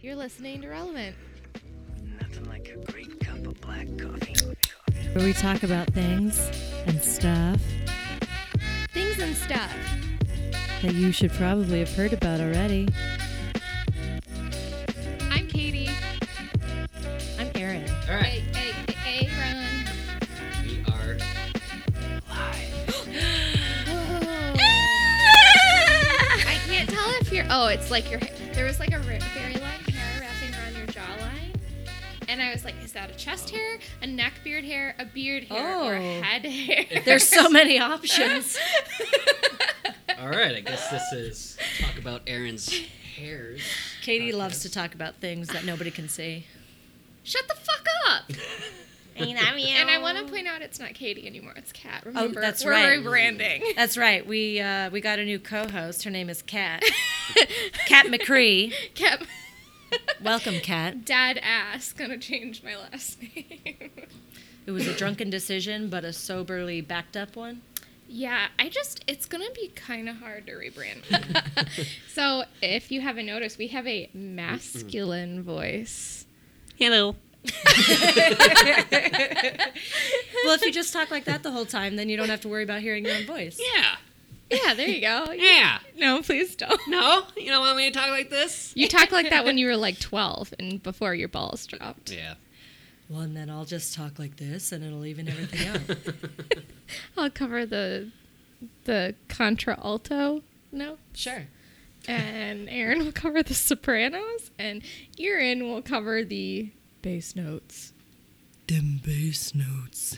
You're listening to Relevant. Nothing like a great cup of black coffee. where we talk about things and stuff Things and stuff. that you should probably have heard about already. I'm Katie. I'm Erin. All Hey, right, hey, hey, hey, we are Ron. I can't tell if you're. Oh, it's like your. There was like a ri- very long hair wrapping around your jawline. And I was like, is that a chest Oh. hair, a neck beard hair, a beard hair, or Oh. head hair? There's so many options. all right. I guess this is talk about Aaron's hairs. Katie loves to talk about things that nobody can see. Shut the fuck up! And I want to point out it's not Katie anymore, it's Kat. Remember, Oh, that's we're right. rebranding. That's right. We uh, we got a new co-host. Her name is Kat. Kat McCree. Kat. Welcome, Kat. Dad ass gonna change my last name. It was a drunken decision, but a soberly backed up one. yeah, I just it's gonna be kind of hard to rebrand. so if you haven't noticed, we have a masculine voice. Hello. well, if you just talk like that the whole time, then you don't have to worry about hearing your own voice. Yeah, Yeah, there you go. yeah. no, please don't. No, you don't want me to talk like this. You talked like that when you were like 12 and before your balls dropped. Yeah. Well, and then I'll just talk like this, and it'll even everything out. I'll cover the the contra alto note, sure. and Aaron will cover the sopranos, and Erin will cover the bass notes. Dim bass notes.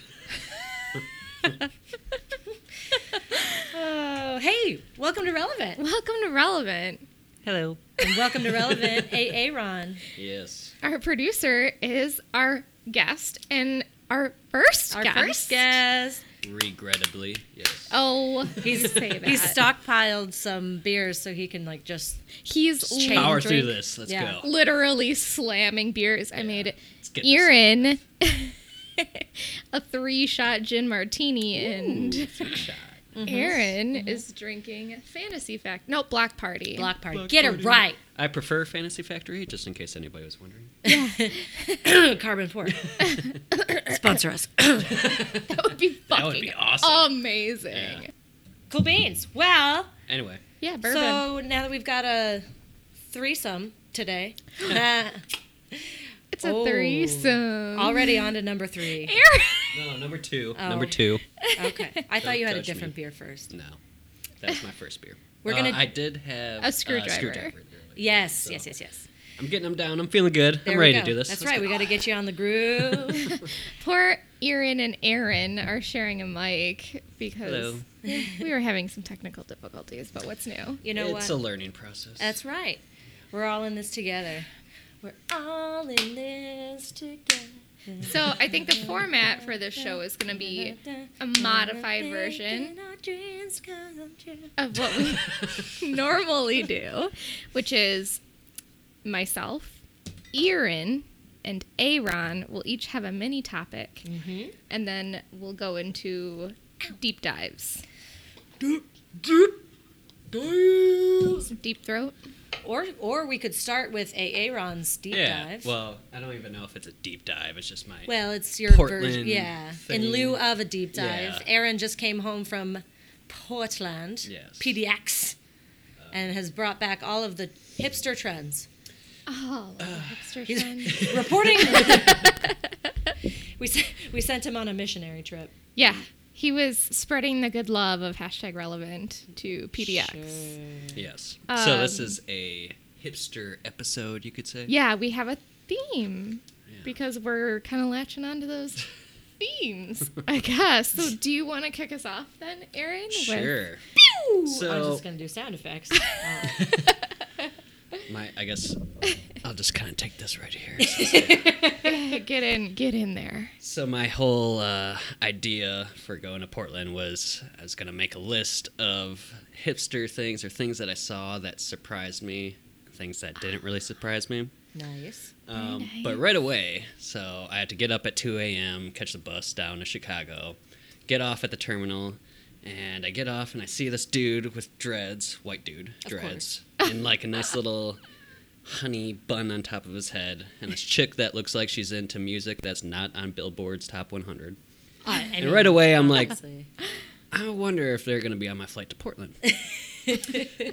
oh, hey! Welcome to Relevant. Welcome to Relevant. Hello. And welcome to Relevant, A. Aaron, Yes. Our producer is our guest and our first our guest. first guest. Regrettably, yes. Oh, he's say that. He stockpiled some beers so he can like just He's change. li- Power drink. through this. Let's Yeah. go. literally slamming beers. I made it. Let's get this. Erin, a three-shot gin martini, and Sweet shot. Aaron Mm-hmm. is drinking Fantasy Fact. No, Block Party. block party. Get it right. I prefer Fantasy Factory, just in case anybody was wondering. Carbon four. Sponsor us. That would be fucking That would be awesome. amazing. Yeah, Yeah. cool beans. Well, Anyway, bourbon. so now that we've got a threesome today, uh, it's a Oh. threesome. already on to number three. Aaron. no, number two. Oh. Number two. Okay, I thought you had a judge me. different beer first. No, that was my first beer. We're Uh, gonna- I did have A screwdriver. Uh, screwdriver earlier. Yes, So- yes, yes, yes. I'm getting them down. I'm feeling good. There I'm we ready to go. do this. That's Let's right. We go. got to get you on the groove. Poor Erin and Aaron are sharing a mic because Hello. we were having some technical difficulties, but what's new? You know it's what? a learning process. That's right. We're all in this together. We're all in this together. So I think the format for this show is going to be a modified version of what we normally do, which is myself, Erin, and Aaron will each have a mini topic, and then we'll go into deep dives. Some deep throat. Or, or we could start with a Aaron's deep yeah. dive. Well, I don't even know if it's a deep dive. It's just my. Well, it's your version. Portland Yeah. In thing. lieu of a deep dive, Yeah. Aaron just came home from Portland, Yes. Uh. PDX, and has brought back all of the hipster trends. Oh, hipster He's friend. reporting. we, sen- we sent him on a missionary trip. Yeah, he was spreading the good love of hashtag relevant to PDX. yes. so this um, is a hipster episode, you could say. Yeah, we have a theme Yeah. because we're kind of latching onto those themes, I guess. So, do you want to kick us off then, Erin? with- Sure. I'm So just going to do sound effects. Oh, my, I guess I'll just kind of take this right here. get in, get in there. So my whole uh, idea for going to Portland was I was gonna make a list of hipster things or things that I saw that surprised me, things that didn't really surprise me. nice. Um, But right away, so I had to get up at 2 a.m., catch the bus down to Chicago, get off at the terminal, and I get off and I see this dude with dreads, white dude, dreads, in like a nice little honey bun on top of his head and this chick that looks like she's into music that's not on Billboard's Top 100. I And right away, I'm like, honestly. I wonder if they're going to be on my flight to Portland.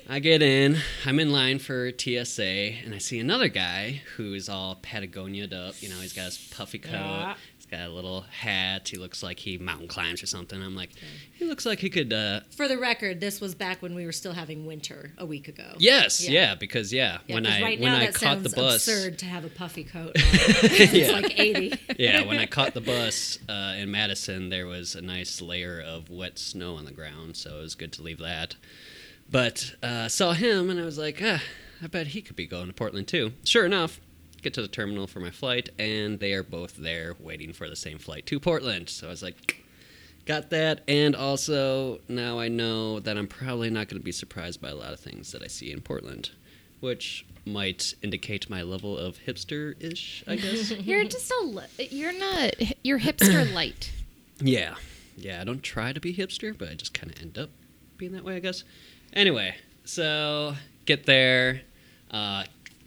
I get in, I'm in line for TSA, and I see another guy who is all Patagonia'd up. You know, he's got his puffy coat, Yeah. he's got a little hat, he looks like he mountain climbs or something. I'm like, he looks like he could, uh, For the record, this was back when we were still having winter a week ago. yes, Yeah. yeah, because yeah, Yeah, when 'cause I right when now I that caught the sounds bus, absurd to have a puffy coat. on. it's Yeah. like eighty. yeah, when I caught the bus uh, in Madison, there was a nice layer of wet snow on the ground, so it was good to leave that. But uh, saw him, and I was like, ah, I bet he could be going to Portland too. Sure enough, get to the terminal for my flight, and they are both there waiting for the same flight to Portland. So I was like, got that. And also, now I know that I'm probably not going to be surprised by a lot of things that I see in Portland, which might indicate my level of hipster ish, I guess. You're just a li- you're not you're hipster light. Yeah. Yeah, I don't try to be hipster, but I just kind of end up being that way, I guess. Anyway, so get there. Uh,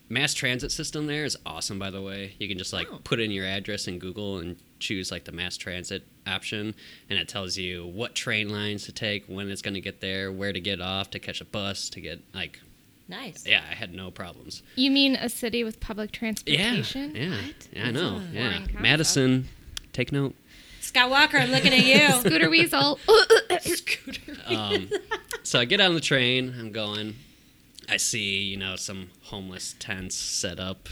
mass transit system there is awesome, by the way. You can just like Oh. put in your address in Google and choose like the mass transit option, and it tells you what train lines to take, when it's going to get there, where to get off, to catch a bus, to get like, nice. yeah, I had no problems. You mean a city with public Yeah. transportation? Yeah. What? yeah I know. That's a Yeah. foreign Madison, take note. Scott Walker, I'm looking at you. Scooter Weasel. Scooter. Um, so I get on the train. I'm going. I see, you know, some homeless tents set up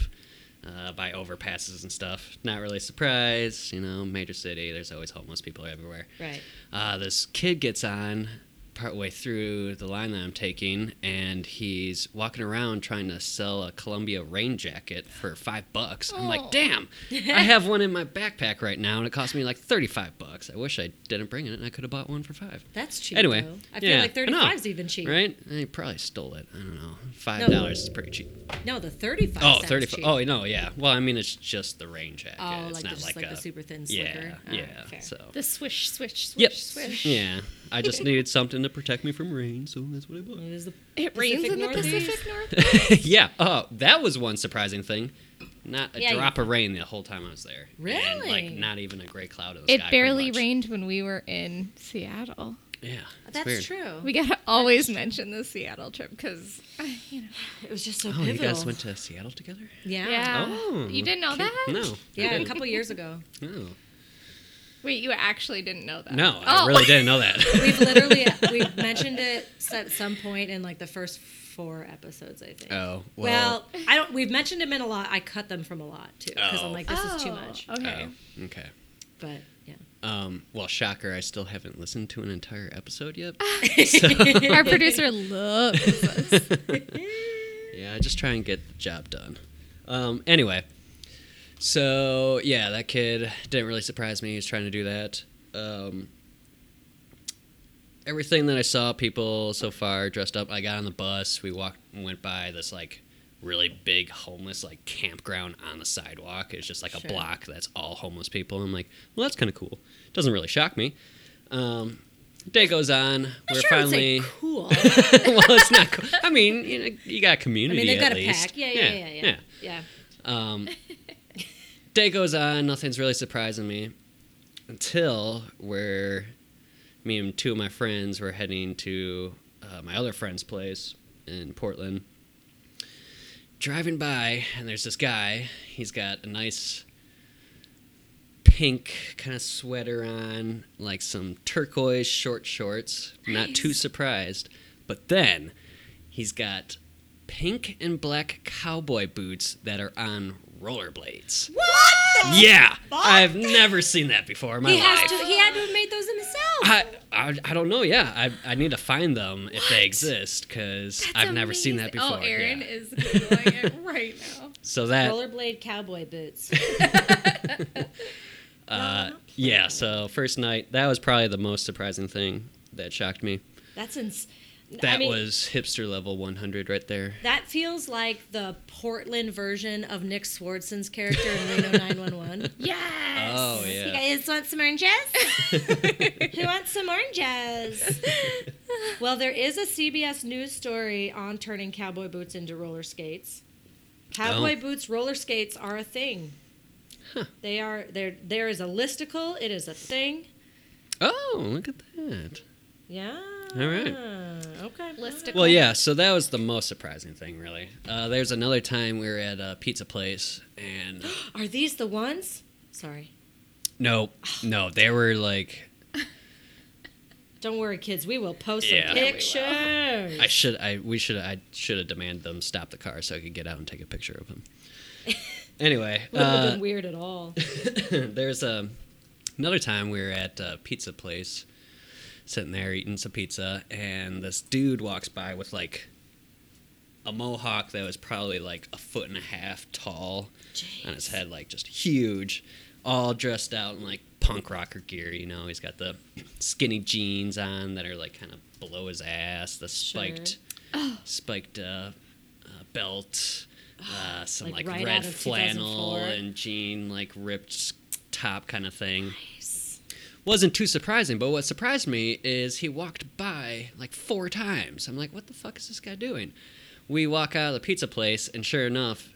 uh, by overpasses and stuff. Not really surprised, you know, major city. There's always homeless people everywhere. Right. Uh, this kid gets on partway through the line that I'm taking, and he's walking around trying to sell a Columbia rain jacket for five bucks. I'm Oh. like, damn, I have one in my backpack right now, and it cost me like 35 bucks. I wish I didn't bring it, and I could have bought one for five. That's cheap. Anyway, though. I feel yeah, like I know, 35's even cheap. Right? They probably stole it. I don't know. Five dollars is pretty cheap. No, the 35. Oh, sounds 35. cheap. Oh, no, yeah. Well, I mean, it's just the rain jacket. Oh, it's like the- not just like, like a the super thin Yeah, slicker? Oh, yeah. fair. So. the swish, swish, swish, Yep. swish. Yeah. I just needed something to protect me from rain, so that's what I bought. It was the It rains Pacific in the Northeast. Pacific North. yeah. Oh, that was one surprising thing. Not a Yeah, you- drop of rain the whole time I was there. And, Really? like not even a gray cloud in the it sky. pretty barely much. rained when we were in Seattle. Yeah. it's That's weird. true. We gotta always mention the Seattle trip because you know. it was just so Oh, you pivotal. Uh, guys went to Seattle together? yeah. Yeah. Yeah, Oh. You didn't know okay. that? No. I a didn't. couple years ago. Oh. Wait, you actually didn't know that? Oh. No, I really didn't know that. Oh. We've literally we've mentioned it at some point in like the first four episodes, I think. Oh, well. Well, I don't. We've mentioned him in a lot. I cut them from a lot too because Oh. I'm like, this is too much. Okay. Oh, okay. But yeah, Um, well, shocker, I still haven't listened to an entire episode yet. Ah. Our producer loves us. yeah, I just try and get the job done. Um, anyway, so yeah, that kid didn't really surprise me. He was trying to do that. Um, everything that I saw, people so far dressed up. I got on the bus. We walked, went by this like really big homeless like campground on the sidewalk. It's just like a Sure. block that's all homeless people. I'm like, well, that's kind of cool. Doesn't really shock me. Um, day goes on. I'm We're sure finally I would say cool. well, it's not. Cool. I mean, you, know, you got I community. mean, they've at got a least. pack. Yeah, yeah, yeah, yeah, yeah. Um, day goes on. Nothing's really surprising me until we're me and two of my friends were heading to uh, my other friend's place in Portland. Driving by, and there's this guy. He's got a nice pink kind of sweater on, like some turquoise short shorts. Not too surprised. But then he's got pink and black cowboy boots that are on rollerblades. What? Yeah, fuck? I've never seen that before in my He life. has to. He had to have made those himself. I, I, I don't know. Yeah, I, I need to find them if they exist because I've That's never seen that amazing. before. Oh, Aaron yeah. is googling it right now. so that Rollerblade cowboy boots. uh, yeah. So first night, that was probably the most surprising thing that shocked me. That's ins. That I mean, was hipster level 100 right there. That feels like the Portland version of Nick Swardson's character in Reno 911. Yes. Oh You yeah. guys want some oranges? Who wants some oranges? well, there is a CBS News story on turning cowboy boots into roller skates. Oh. Cowboy boots, roller skates are a thing. They are there. There is a listicle. It is a thing. Oh, look at that. Yeah. All right. Okay. all right. Listicle. Well, yeah, so that was the most surprising thing, really. Uh, there's another time we were at a pizza place, and Are these the ones? Sorry. no, no, they were like, Don't worry, kids. We will post some Yeah. Yeah, we will. pictures. I should, I we should, I should have demanded them stop the car so I could get out and take a picture of them. Anyway, Wouldn't have uh, been weird at all. there's a, another time we were at a pizza place, sitting there eating some pizza, and this dude walks by with like a mohawk that was probably like a foot and a half tall on his head, like just huge, all dressed out in like punk rocker gear. You know, he's got the skinny jeans on that are like kind of below his ass, the spiked, spiked uh, uh, belt, uh, some Like like, right out red of flannel 2004. and jean like ripped top kind of thing. Wasn't too surprising, but what surprised me is he walked by like four times. I'm like, what the fuck is this guy doing? We walk out of the pizza place, and sure enough,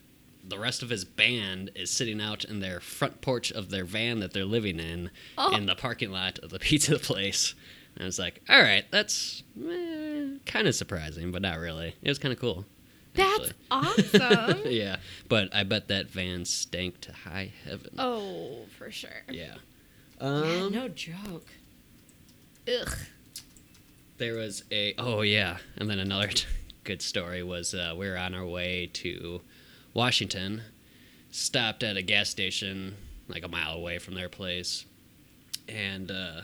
the rest of his band is sitting out in their front porch of their van that they're living in Oh. in the parking lot of the pizza place. And I was like, all right, that's kind of surprising, but not really. It was kind of cool. That's actually. awesome. yeah, but I bet that van stank to high heaven. oh, for sure. Yeah. Yeah, Um, no joke. Ugh. There was a oh yeah, and then another t- good story was uh, we were on our way to Washington, stopped at a gas station like a mile away from their place, and uh,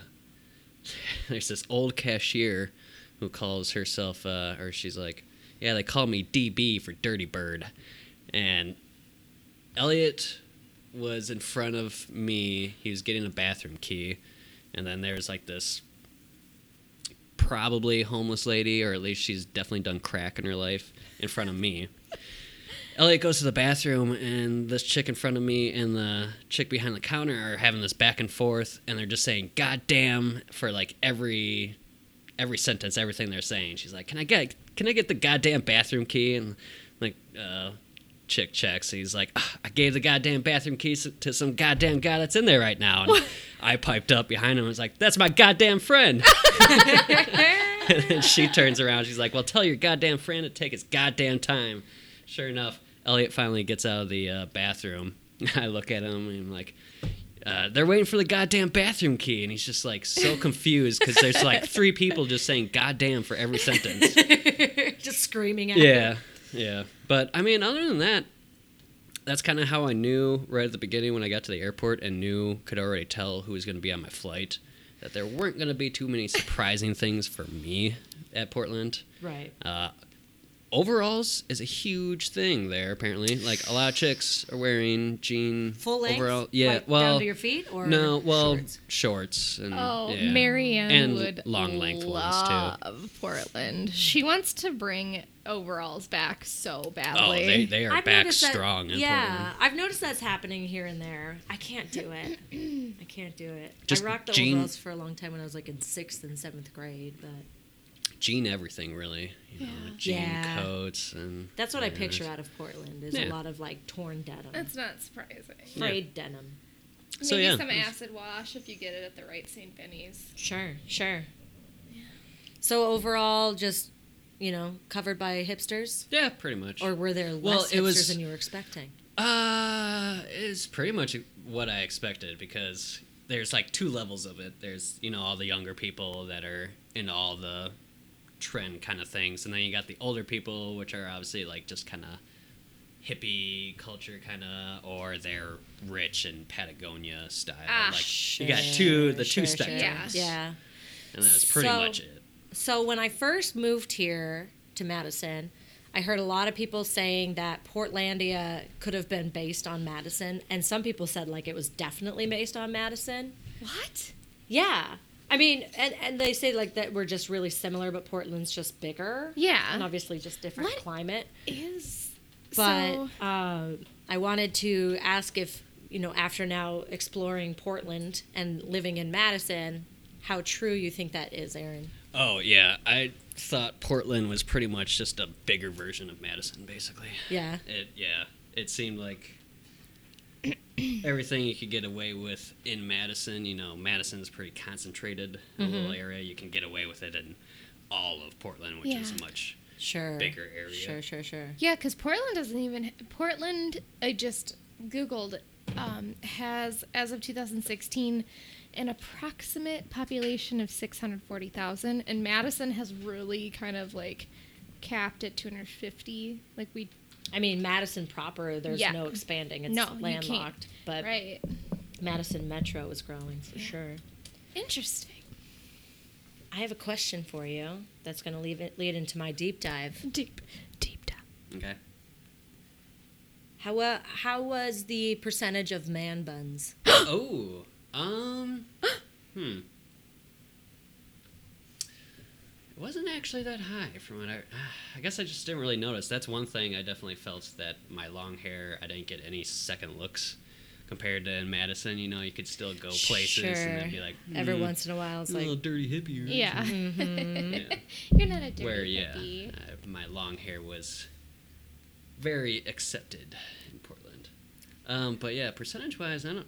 there's this old cashier who calls herself uh, or she's like, yeah, they call me DB for Dirty Bird, and Elliot was in front of me. He was getting a bathroom key, and then there's like this probably homeless lady, or at least she's definitely done crack in her life in front of me. Elliot goes to the bathroom, and this chick in front of me and the chick behind the counter are having this back and forth, and they're just saying "God damn" for like every every sentence, everything they're saying. She's like, "Can I get can I get the goddamn bathroom key?" And like, uh, chick checks. And he's like, "Ah, "I gave the goddamn bathroom key s- to some goddamn guy that's in there right now." And I piped up behind him. and was like, "That's my goddamn friend." and then she turns around. She's like, "Well, tell your goddamn friend to take his goddamn time." Sure enough, Elliot finally gets out of the uh, bathroom. I look at him and I'm like, uh, "They're waiting for the goddamn bathroom key," and he's just like so confused because there's like three people just saying "goddamn" for every sentence. Just screaming at her. Yeah, yeah. But I mean, other than that, that's kind of how I knew right at the beginning when I got to the airport and knew could already tell who was going to be on my flight that there weren't going to be too many surprising things for me at Portland. Right. Uh, overalls is a huge thing there. Apparently, like a lot of chicks are wearing jean Full length. overall. Yeah, like well, down to your feet or no, well, shorts? shorts, and Oh, Mm, yeah. Marianne And would long length ones, too. love Portland. She wants to bring overalls back so Oh, badly. they, they are I've back noticed that- strong. in yeah, Portland. I've noticed that's happening here and there. I can't do it. I can't do it. Just I rocked the jean- overalls for a long time when I was like in sixth and seventh grade, but jean everything really you know Yeah. jean Yeah. coats and that's what I yeah, picture it's- out of Portland is a Yeah. lot of like torn denim, That's not surprising. frayed denim. Maybe So, yeah. some acid wash if you get it at the right St. Benny's. Sure, sure. So overall, just you know, covered by hipsters, yeah pretty much or were there less Well, hipsters it was- than you were expecting? uh it's pretty much what i expected because there's like two levels of it there's you know all the younger people that are in all the trend kind of things and then you got the older people which are obviously like just kind of hippie culture kind of or they're rich and patagonia style Ah, like you got two the two Sure, sure. spectrums Yeah. Yeah. and that's pretty So- much it So when I first moved here to Madison, I heard a lot of people saying that Portlandia could have been based on Madison, and some people said like it was definitely based on Madison. What? Yeah. I mean, and, and they say like that we're just really similar, but Portland's just bigger. Yeah. And obviously just different What? climate. Is But so, um, I wanted to ask if, you know, after now exploring Portland and living in Madison, how true you think that is, Aaron. Oh yeah, I thought Portland was pretty much just a bigger version of Madison, basically. Yeah. It yeah, it seemed like everything you could get away with in Madison. You know, Madison's pretty concentrated a little area. You can get away with it in all of Portland, which is Yeah. a much Sure. Bigger area. Sure, sure, sure. Yeah, because Portland doesn't even. Portland, I just Googled, um, has, as of 2016, an approximate population of 640,000. And Madison has really kind of like capped at 250. Like we. I mean, Madison proper, there's Yeah. no expanding. It's No, you can't. landlocked. But Right. Madison Metro is growing for sure. Interesting. I have a question for you that's going to leave it, lead into my deep dive. Deep, deep down. okay. How, uh, how was the percentage of man buns? oh, um, hmm. It wasn't actually that high from what I. I guess I just didn't really notice. That's one thing I definitely felt that my long hair. I didn't get any second looks compared to in Madison. You know, you could still go places and then be like Every "Hmm, once in a while, it's you're a little like, dirty hippie. or Yeah. Mm-hmm. something." Yeah. You're not a dirty Mm-hmm. Where yeah, hippie. I, my long hair was very accepted in Portland. Um, but yeah, percentage wise, I don't,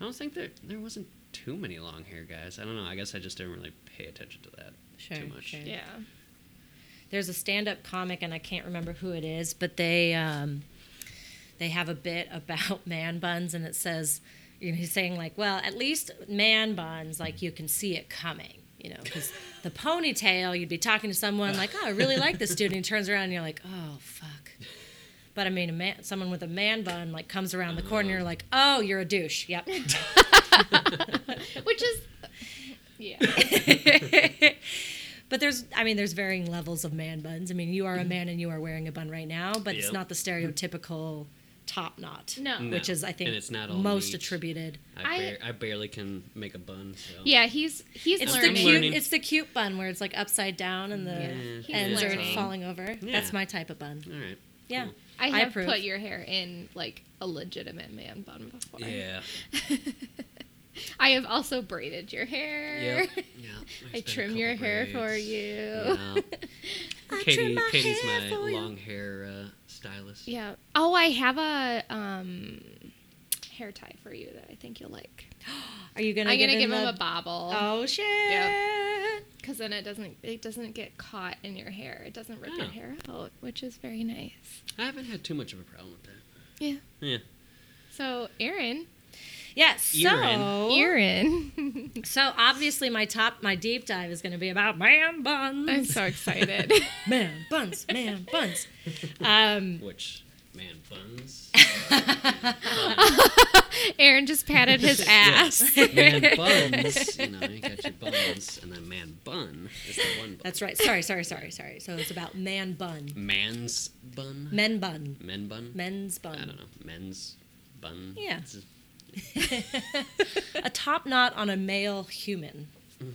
I don't think there there wasn't too many long hair guys. I don't know. I guess I just didn't really pay attention to that Sure, too much. sure. Yeah. there's a stand-up comic and I can't remember who it is, but they um, they have a bit about man buns and it says you know he's saying like, well, at least man buns like you can see it coming, you know, because the ponytail you'd be talking to someone like, oh, I really like this dude, and he turns around and you're like, oh, fuck. But I mean, a man, someone with a man bun like comes around the corner, and you're like, oh, you're a douche. Yep. Which is. Yeah. But there's, I mean, there's varying levels of man buns. I mean, you are a man and you are wearing a bun right now, but it's Mm-hmm. Yep. not the stereotypical top knot, No. No. which is, I think, and it's not all most neat. attributed. I, I- bar- I barely can make a bun. So. Yeah, he's he's It's learning. the I'm cute, learning. it's the cute bun where it's like upside down and the Yeah, he's ends are learning. falling over. Yeah. That's my type of bun. All right. Yeah, I have approve. put your hair in like a legitimate man bun before. Yeah. I have also braided your hair. Yep. yeah. I There's been a trim couple your hair for braids. you. Yeah. Katie, Katie's my long hair uh, stylist. Yeah. Oh, I have a um, hair tie for you that I think you'll like. Are you gonna? I'm give gonna give him, him a a. bobble. oh shit! Cause then it doesn't it doesn't get caught in your hair. It doesn't rip Oh. your hair out, which is very nice. I haven't had too much of a problem with that. Yeah. Yeah. So Erin, Yeah. So. Earring. Oh. Erin, So obviously, my top, my deep dive is going to be about man buns. I'm so excited. man buns, man buns. Um, Which man buns? Aaron just patted his ass. Yes. man buns. You know, you got your buns, and then man bun is the one bun. that's right. Sorry, sorry, sorry, sorry. So it's about man bun, man's bun. men bun, Men bun. men's I don't bun. know. Men's bun. Yeah. It's just- A top knot on a male human. Mm.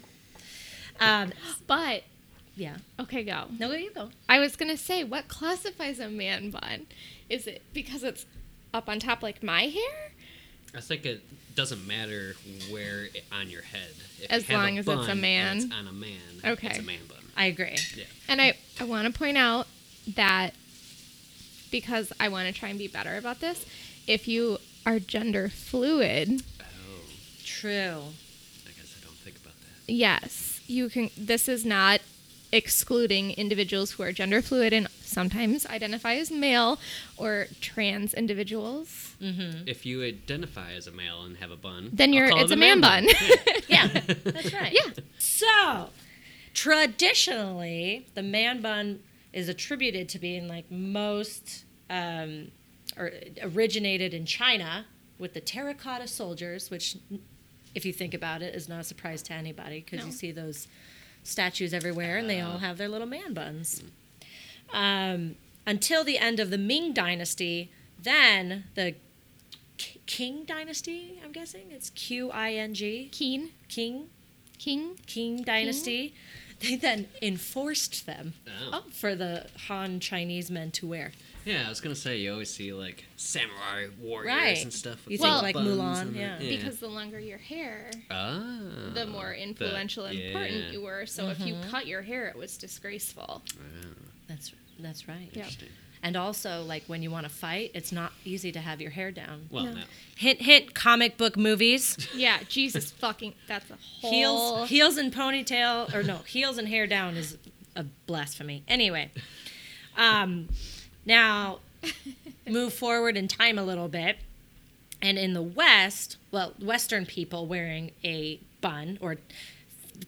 Um, But yeah. okay, go. No, there you go. I was gonna say, what classifies a man bun? Is it because it's up on top like my hair? I think it doesn't matter where it, on your head. If you As have long as it's a bun and man. it's on a man. It's Okay. a man bun. I agree. Yeah. And I, I want to point out that because I want to try and be better about this, if you are gender fluid, Oh, True. I guess I don't think about that. yes, you can. This is not excluding individuals who are gender fluid and sometimes identify as male or trans individuals. Hmm? If you identify as a male and have a bun, Then Mm, I'll you're call it it's a man, bun. Yeah, that's right. yeah. So, traditionally, the man bun is attributed to being like most um, or originated in China with the terracotta soldiers, which, if you think about it, is not a surprise to anybody because No. you see those statues everywhere and they all have their little man buns. Um, until the end of the Ming Dynasty, then the K- King Dynasty, I'm guessing it's Q I N G, Keen, King King. Qing Dynasty, they then enforced them Oh. for the Han Chinese men to wear. Yeah, I was gonna say you always see like samurai warriors Right. and stuff. You With think, big like, buns Mulan, and yeah. that- Because the longer your hair, Ah, the more influential and important you Mm-hmm. were. So if you cut your hair, it was disgraceful. Wow, That's that's right. Yeah. Ah, interesting. And also, like when you want to fight, it's not easy to have your hair down. Well, No. no. Hint, hint. Comic book movies. Yeah, Jesus fucking. That's a whole. heels heels and ponytail or no heels and hair down is a blasphemy anyway um now move forward in time a little bit and in the west well western people wearing a bun or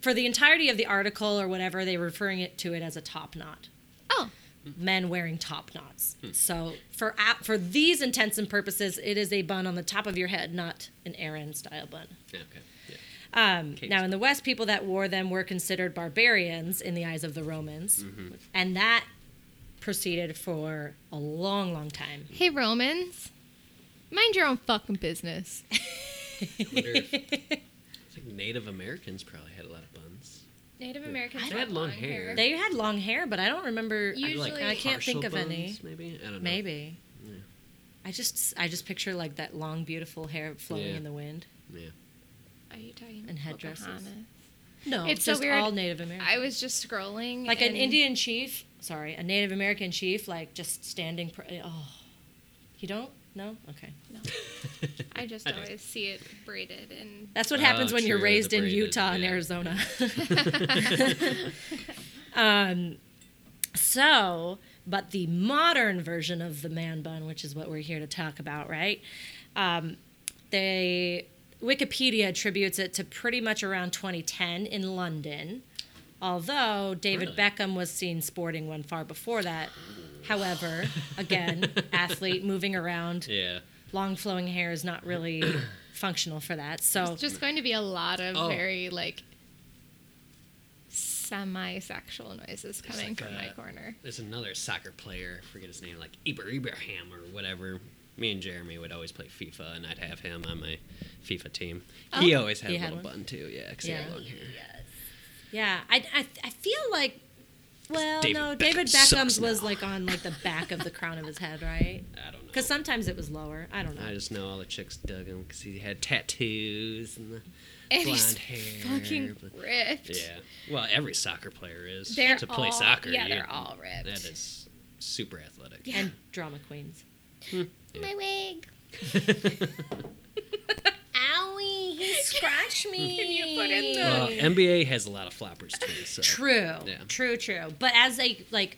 for the entirety of the article or whatever they were referring it to it as a top knot Oh, men wearing top knots so for a- for these intents and purposes it is a bun on the top of your head not an Aaron style bun Yeah, okay. Yeah. um, Capes. now, in the West, people that wore them were considered barbarians in the eyes of the Romans, Mm-hmm. and that proceeded for a long, long time. hey Romans, mind your own fucking business. I wonder if, I think Native Americans probably had a lot of buns. Native Americans They had long hair. They had long hair, but I don't remember. You- Usually- I can't think partial of any. buns, Maybe I don't know. Maybe. Yeah. I just, I just picture like that long, beautiful hair flowing Yeah. in the wind. Yeah. Are you talking And about headdresses. Pocahontas? No, It's it's so just weird. all Native American. I was just scrolling. like an and- Indian chief. Sorry, a Native American chief, like just standing. Pr- oh, you don't? No. Okay. No, I just do. always see it braided and That's what Oh, happens when you're true, the raised in braided, Utah and yeah. Arizona. um, so, but the modern version of the man bun, which is what we're here to talk about, right? Um, they Wikipedia attributes it to pretty much around 2010 in London. Although David Really? Beckham was seen sporting one far before that. However, again, athlete moving around, Yeah. long flowing hair is not really functional for that. So It's just going to be a lot of Oh. very like semi-sexual noises coming like from my a- corner. There's another soccer player. I forget his name, like Iber Ibrahim or whatever. Me and Jeremy would always play FIFA, and I'd have him on my FIFA team. He Oh, always had He a had little one? bun too. Yeah, because he Yeah. had long hair. Yeah, I, I, I feel like. Well, David no, Beckham David sucks Beckham's was now. like on like the back of the crown of his head, right? I don't know. Because sometimes it was lower. I don't know. I just know all the chicks dug him because he had tattoos and the And blonde he's hair. fucking but- ripped. yeah. Well, every soccer player is They're to play all- soccer. yeah, you- they're all ripped. That is super athletic. Yeah. And drama queens. My wig. Owie, he scratched me. Can you put in the- Well, NBA has a lot of floppers too. So. True. Yeah. True, true. But as a like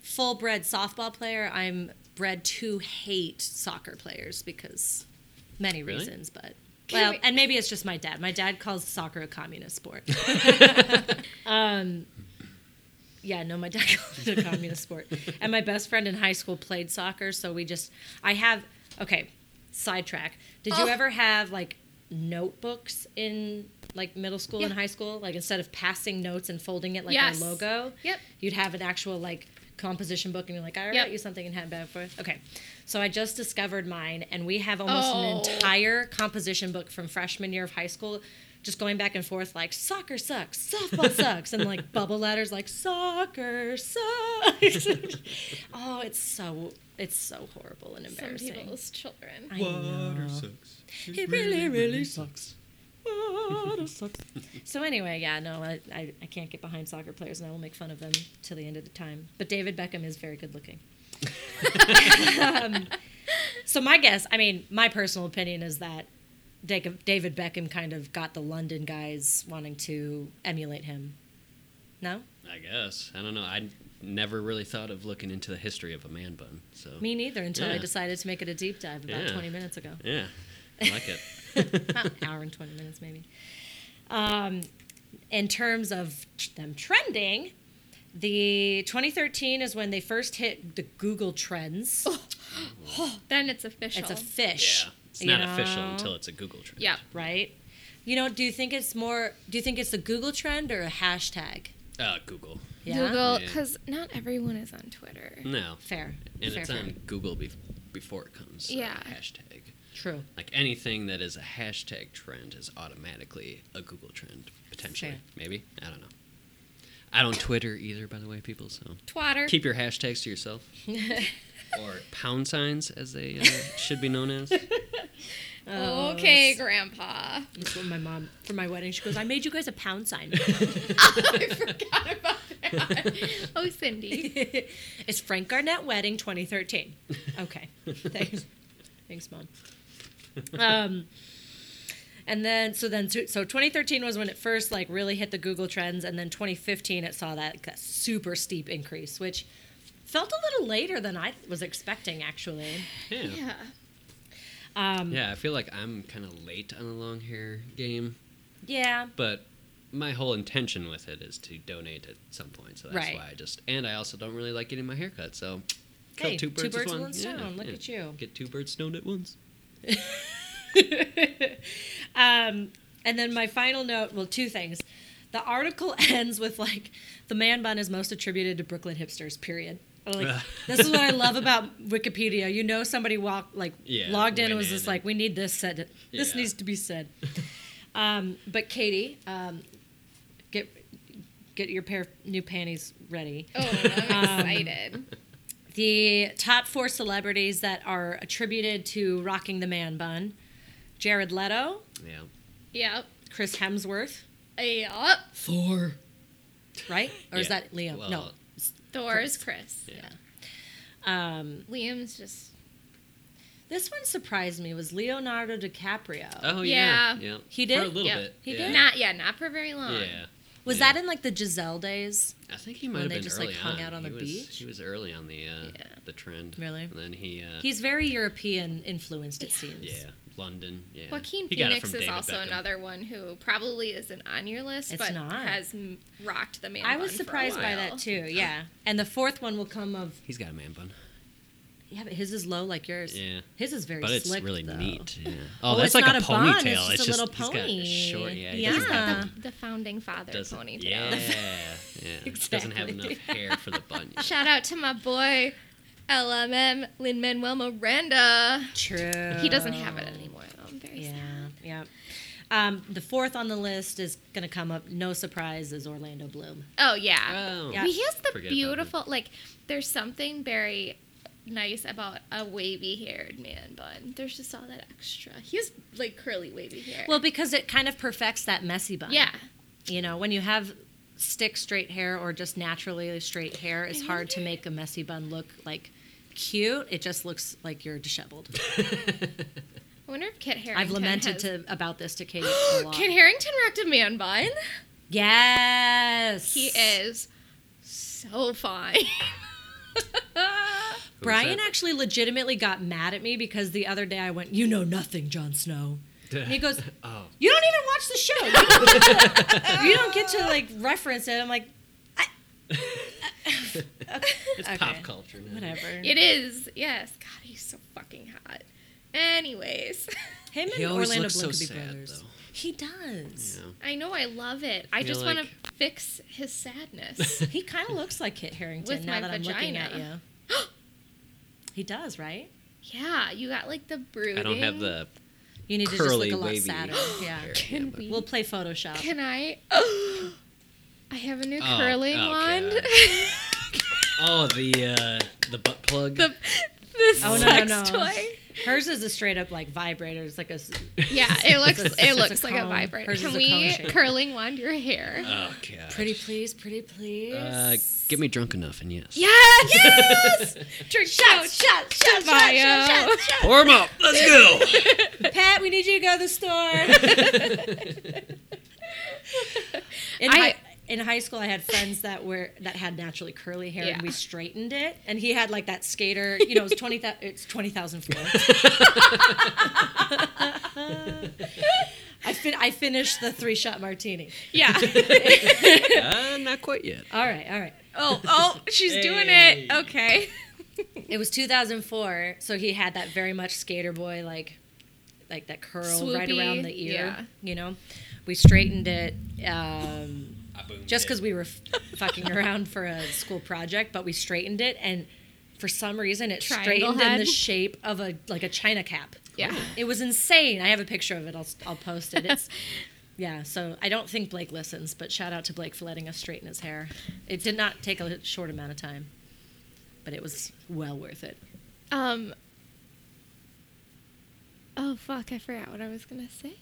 full bred softball player, I'm bred to hate soccer players because many Really? reasons, but Can well, we- and maybe it's just my dad. My dad calls soccer a communist sport. um yeah, no, my dad called it a communist sport. And my best friend in high school played soccer, so we just I have okay, sidetrack. Did you Oh. ever have like notebooks in like middle school and Yeah. high school? Like instead of passing notes and folding it like Yes. our logo, Yep. you'd have an actual like composition book and you're like, I Yep. wrote you something and had bad for Okay. So I just discovered mine and we have almost an Oh. entire composition book from freshman year of high school. Just going back and forth, like soccer sucks, softball sucks, and like bubble letters, like soccer sucks. oh, it's so it's so horrible and Some embarrassing. people's children. I know. It really, really sucks. Water sucks. Oh, so anyway, yeah, no, I, I, I can't get behind soccer players, and I will make fun of them till the end of the time. But David Beckham is very good looking. um, so my guess, I mean, my personal opinion is that Dac- David Beckham kind of got the London guys wanting to emulate him. No, I guess. I don't know. I never really thought of looking into the history of a man bun. So me neither. Until I Yeah. decided to make it a deep dive about Yeah. twenty minutes ago. yeah, I like it. About an hour and 20 minutes maybe um, in terms of t- them trending the 2013 is when they first hit the google trends Oh, Then it's official. it's a fish Yeah, it's you not official know? until it's a Google trend. yeah. right you know do you think it's more do you think it's a google trend or a hashtag Uh, Google. Google, Yeah. Mm. because not everyone is on Twitter. No, fair and fair, it's fair. on Google bef before it comes. uh, Yeah. hashtag. true Like anything that is a hashtag trend is automatically a Google trend potentially. Fair. Maybe I don't know. I don't Twitter either, by the way, people. So Twatter. keep your hashtags to yourself. or pound signs, as they uh, should be known as. Oh, Oh, okay, Grandpa. That's what my mom for my wedding she goes i made you guys a pound sign I forgot about that. oh, Cindy. it's Frank Garnett Wedding 2013. Okay. Thanks. Thanks, Mom. Um, and then so then so so 2013 was when it first like really hit the Google trends, and then 2015 it saw that, that super steep increase, which felt a little later than I was expecting actually. Yeah. yeah. Yeah. Um, I feel like I'm kind of late on the long hair game, yeah. but my whole intention with it is to donate at some point. So that's Right. why I just and I also don't really like getting my hair cut. So kill Hey, two birds with one Yeah, stone. Look yeah. at you. Get two birds stoned at once. um, and then my final note well, two things. The article ends with like the man bun is most attributed to Brooklyn hipsters, period. I'm Like, this is what I love about Wikipedia. You know, somebody walked like Yeah, logged in and went was in just and- like, "We need this said. This Yeah. needs to be said." um, but Katie, um, get get your pair of new panties ready. Oh, I'm excited. The top four celebrities that are attributed to rocking the man bun: Jared Leto, Yeah. Yep. Chris Hemsworth, Yep. Four. right? Or is Yeah. that Liam? no. Well, Thor is Chris. Yeah. Um, Liam's just. this one surprised me was Leonardo DiCaprio. Oh yeah. Yeah. Yeah. He for a did? little Yeah. bit. He yeah. did? Not, yeah, not for very long. Yeah. was yeah. that in like the Giselle days? I think he might when have they been just, like, early hung on. out on he the was, beach? He was early on the uh, the trend. Really? And then he. Uh, He's very European influenced, it seems. yeah. London. Yeah. Joaquin He got it Phoenix is from David also Beckham. another one who probably isn't on your list, It's but not. has m- rocked the man. I was bun for a surprised by that while. too. Yeah. And the fourth one will come of He's got a man bun. yeah, but his is low like yours. Yeah. His is very But it's slick, really though. neat. Yeah. Oh, Oh, that's it's like not a a bun, ponytail. it's just a little he's got pony. short. Yeah. he Yeah. doesn't have The, the founding father doesn't- ponytail. yeah, yeah. Doesn't have Exactly. enough hair for the bun. yet. Shout out to my boy, LMM Lin Manuel Miranda. True. He doesn't have it anymore, though. I'm very Oh. Yeah. sad. Yeah. Um, the fourth on the list is going to come up. No surprise is Orlando Bloom. Oh yeah. Oh. Yeah. He has the Forget about beautiful like. There's something very nice about a wavy-haired man bun. There's just all that extra. He has like curly wavy hair. Well, because it kind of perfects that messy bun. yeah. You know, when you have stick straight hair or just naturally straight hair, Mm-hmm. it's hard to make a messy bun look like cute. It just looks like you're disheveled. I wonder if Kit Harrington. I've lamented has- to about this to Katie a lot. Kit Harrington rocked a man bun. yes. He is so fine. Who's Brian that? actually legitimately got mad at me because the other day I went, "You know nothing, Jon Snow." And he goes, Oh. "You don't even watch the show. You don't get to, you don't get to, like reference it." I'm like, It's Okay. pop culture. Man. whatever. it is. Yes. God, he's so fucking hot. Anyways, Him He and always Orlando looks Bloom so could be sad, brothers. though. He does. Yeah. I know I love it. I You're just want like- to fix his sadness. He kind of looks like Kit Harrington With now my that I'm looking at you. vagina. he does, right? Yeah, you got like the brooding. I don't have the You need curly to just look a lot wavy sadder. yeah. hair. Can but- we? We'll play Photoshop. Can I? I have a new Oh, curling okay. wand. Oh, the uh, the butt plug. the this Oh, no, sex no, no. toy. Hers is a straight up like vibrator. It's like a. s- Yeah, it looks It's a- it it's looks a like a cone. vibrator. Hers Can is a we cone shape. curling wand your hair? oh god. Pretty please, pretty please. Uh, get me drunk enough, and yes. yes, yes. Drink shots, shots, shots, shots, Warm up. Let's go. Pat, we need you to go to the store. in, I- hi- in high school, I had friends that were that had naturally curly hair, and Yeah. we straightened it. And he had like that skater. You know, it's twenty. thou- It's twenty thousand floors. I fin- I finished the three shot martini. Yeah. uh, not quite yet. All right, all right. Oh, oh, she's doing it. Okay. It was 2004, so he had that very much skater boy like, like that curl right Swoopy, around the ear. yeah. You know, we straightened it um, just because we were f- fucking around for a school project, but we straightened it, and for some reason it Triangle straightened in the head. shape of a like a china cap. Yeah. It was insane. I have a picture of it. I'll I'll post it. It's yeah. So I don't think Blake listens, but shout out to Blake for letting us straighten his hair. It did not take a short amount of time, but it was well worth it. Um. Oh fuck! I forgot what I was gonna say.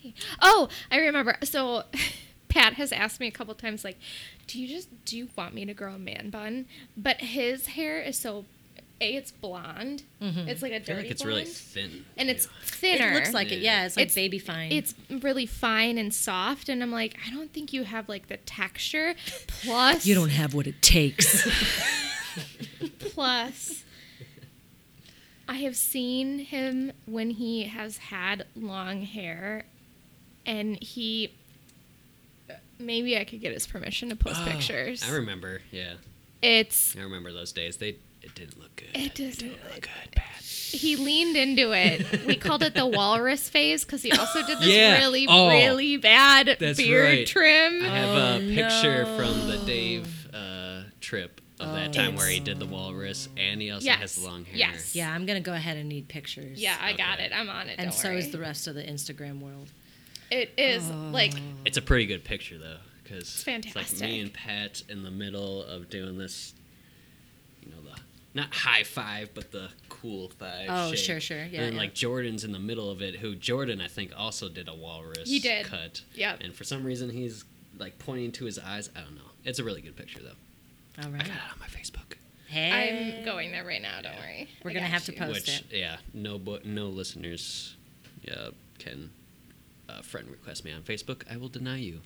Oh, I remember. So, Pat has asked me a couple times, like, do you just do you want me to grow a man bun? But his hair is so a it's blonde. It's like a I dirty feel like it's blonde, really thin. and it's Yeah. thinner. It looks like it. Yeah, it's like It's- baby fine. it's really fine and soft, and I'm like, I don't think you have like the texture. Plus, have what it takes. Plus, I have seen him when he has had long hair, and he. Maybe I could get his permission to post Oh, pictures. I remember. Yeah, it's I remember those days. They it didn't look good. it doesn't. look good, bad. He leaned into it. We called it the walrus phase because he also did this Yeah. really, Oh, really bad that's beard right. trim. I have a Oh, picture no. from the Dave uh, trip of that time where he did the walrus, and he also Oh, Yes. has long hair. Yes. yeah, I'm gonna go ahead and need pictures. yeah, I got Okay. it. I'm on it. and don't so worry. is the rest of the Instagram world. It is like Oh. It's a pretty good picture though, because it's, like fantastic. me and Pat in the middle of doing this, you know, the not high five, but the cool five. Oh, shake. sure, sure. And Yeah, then, yeah. like Jordan's in the middle of it, who Jordan I think also did a walrus. He did. cut. Yep. And for some reason he's like pointing to his eyes. I don't know. It's a really good picture though. I All right. got it on my Facebook. Hey, I'm going there right now. Don't worry. we're I gonna got have to you. post Which it. yeah, no but no listeners, yeah, can. Uh, friend request me on Facebook. I will deny you.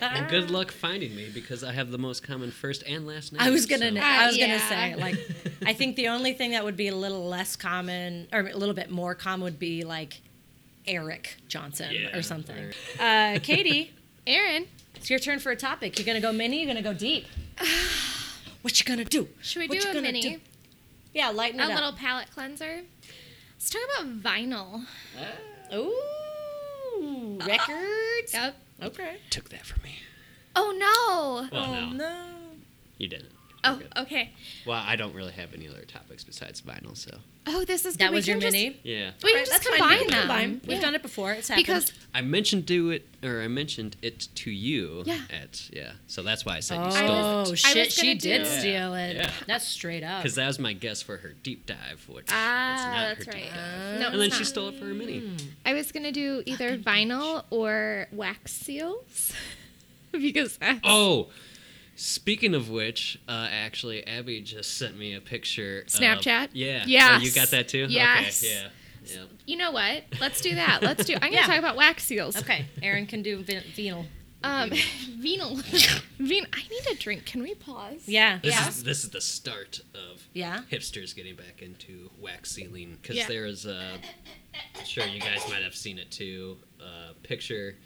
and good luck finding me because I have the most common first and last name. I was gonna. so- I was yeah. gonna say like, I think the only thing that would be a little less common or a little bit more common would be like Eric Johnson Yeah, or something. Eric. Uh, Katie, Aaron, it's your turn for a topic. You're gonna go mini. You're gonna go deep. What you gonna do? should we What you do a gonna mini? do? Yeah, lighten it A up. little palette cleanser. Let's talk about vinyl. Ooh, records. Yep. Okay. Took that from me. Oh no. Well, no, no. you didn't. Oh, You're good. okay. Well, I don't really have any other topics besides vinyl, so Oh, this is good. That We was your can just- mini. yeah. We can Right, just that's fine. We combine can them. combine. We've Yeah. done it before. It's happened. because I mentioned do it, or I mentioned it to you. Yeah. At yeah. So that's why I said you stole oh it. shit, gonna she do- did Yeah. steal it. Yeah. That's straight up. Because that was my guess for her deep dive, which it's not ah, her that's deep right. dive. no, and then it's she not. Mm. stole it for her mini. I was gonna do either vinyl or wax seals because that's Oh, speaking of which, uh, actually, Abby just sent me a picture. Snapchat? Of, yeah. Oh, Yes. you got that too? Yes. Okay, yeah. yeah. You know what? Let's do that. Let's do. I'm gonna Yeah. talk about wax seals. okay, Aaron can do vin- vinyl. Um, vinyl. Vin- I need a drink. Can we pause? Yeah. This, yeah. is, this is the start of Yeah. hipsters getting back into wax sealing. Because Yeah. there is a, I'm sure you guys might have seen it too, a picture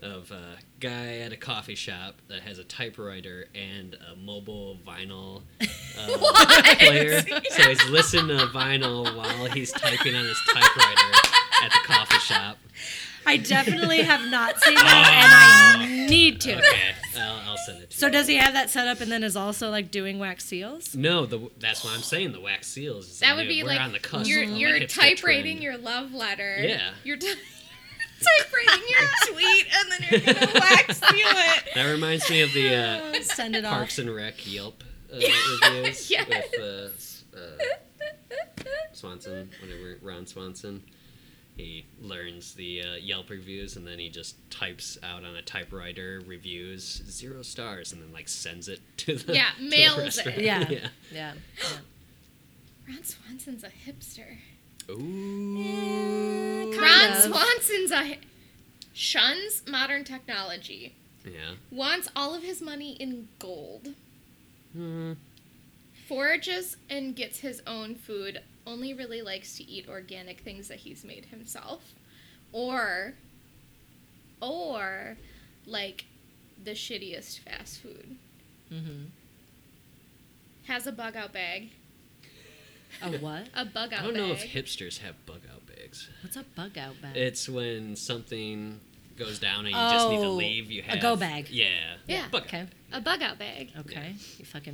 of a guy at a coffee shop that has a typewriter and a mobile vinyl uh, player. So he's listening to vinyl while he's typing on his typewriter at the coffee shop. I definitely have not seen that, and I need to. Ah, Okay, I'll, I'll send it to So you. does he have that set up and then is also like doing wax seals? No, the, that's what I'm saying. The wax seals. is That like, would dude, be we're like on the cusp you're of a you're hipster typewriting trend. your love letter. Yeah. You're ty- typewriting your tweet and then you're gonna wax seal it. That reminds me of the uh, Oh, Send it off. Parks and Rec Yelp uh, reviews yes. with uh, S- uh, Swanson, whatever Ron Swanson. He learns the uh, Yelp reviews and then he just types out on a typewriter reviews zero stars and then like sends it to the Yeah, to the mails it. restaurant. Yeah. Yeah. Ron Swanson's a hipster. Ooh. Ron of. Swanson's a hi- shuns modern technology. Yeah. Wants all of his money in gold. Hmm. Forages and gets his own food. Only really likes to eat organic things that he's made himself. Or or like the shittiest fast food. Mm-hmm. Has a bug out bag. A what? A bug out I don't know if bag. hipsters have bug out bags. What's a bug out bag? It's when something goes down and you just need to Oh, leave. You a have go bag. Yeah. Yeah. Bug out okay. a bug out bag. Okay. You fucking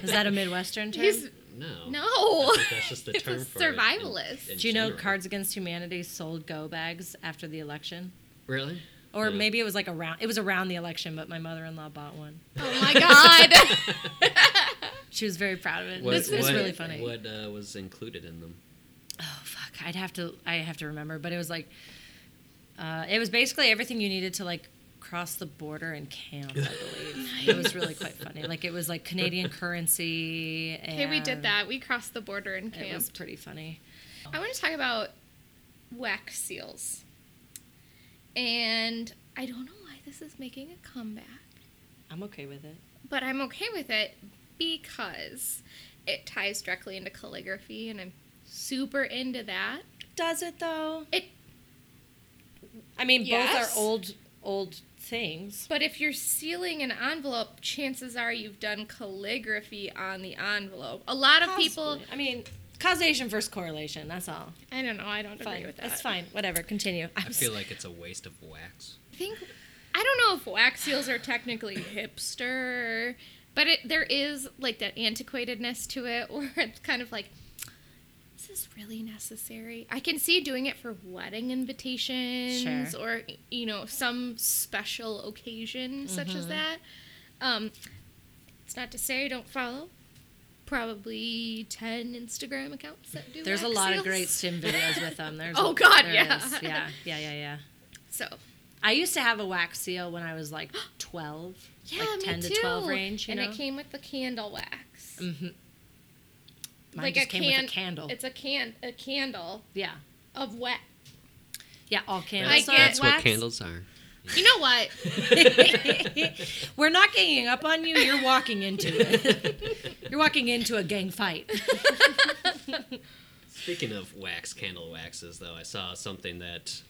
is that a Midwestern term? He's No. no. Oh. I think that's just the It's a term for it in- survivalist. in Do you know general. Cards Against Humanity sold go bags after the election? Really? Or Yeah. maybe it was like around it was around the election, but my mother in law bought one. oh my god. She was very proud of it. What, this was what- really funny. What uh, was included in them? Oh fuck. I'd have to I have to remember, but it was like Uh, it was basically everything you needed to like cross the border in Canada, I believe. It was really quite funny. Like it was like Canadian currency. And Hey, we did that. We crossed the border and It was camped. pretty funny. I want to talk about wax seals. And I don't know why this is making a comeback, I'm okay with it. but I'm okay with it because it ties directly into calligraphy and I'm super into that. Does it though? It I mean, Yes. both are old old things. but if you're sealing an envelope, chances are you've done calligraphy on the envelope. A lot of people Possibly. I mean, causation versus correlation. That's all. I don't know, I don't Fine. agree with that. That's fine. Whatever. Continue. I feel like it's a waste of wax. I think I don't know if wax seals are technically hipster, but it, there is like that antiquatedness to it, or it's kind of like, is this really necessary? I can see doing it for wedding invitations Sure. or you know some special occasion such Mm-hmm. as that. Um, it's not to say I don't follow. Probably ten Instagram accounts that do. There's a wax lot of seals. great sim videos with them. There's Oh, God, there yeah. is. yeah, yeah, yeah, yeah. So I used to have a wax seal when I was like 12, yeah, like me 10 too. to 12 range. You and know? it came with the candle wax. hmm Mine like just a came can- with a Oh. candle. It's a can a candle yeah, of wax. yeah, all That's, candles. get that's what wax. candles are. You know what? We're not ganging up on you. You're walking into it. you're walking into a gang fight. Speaking of wax, candle waxes, though, I saw something that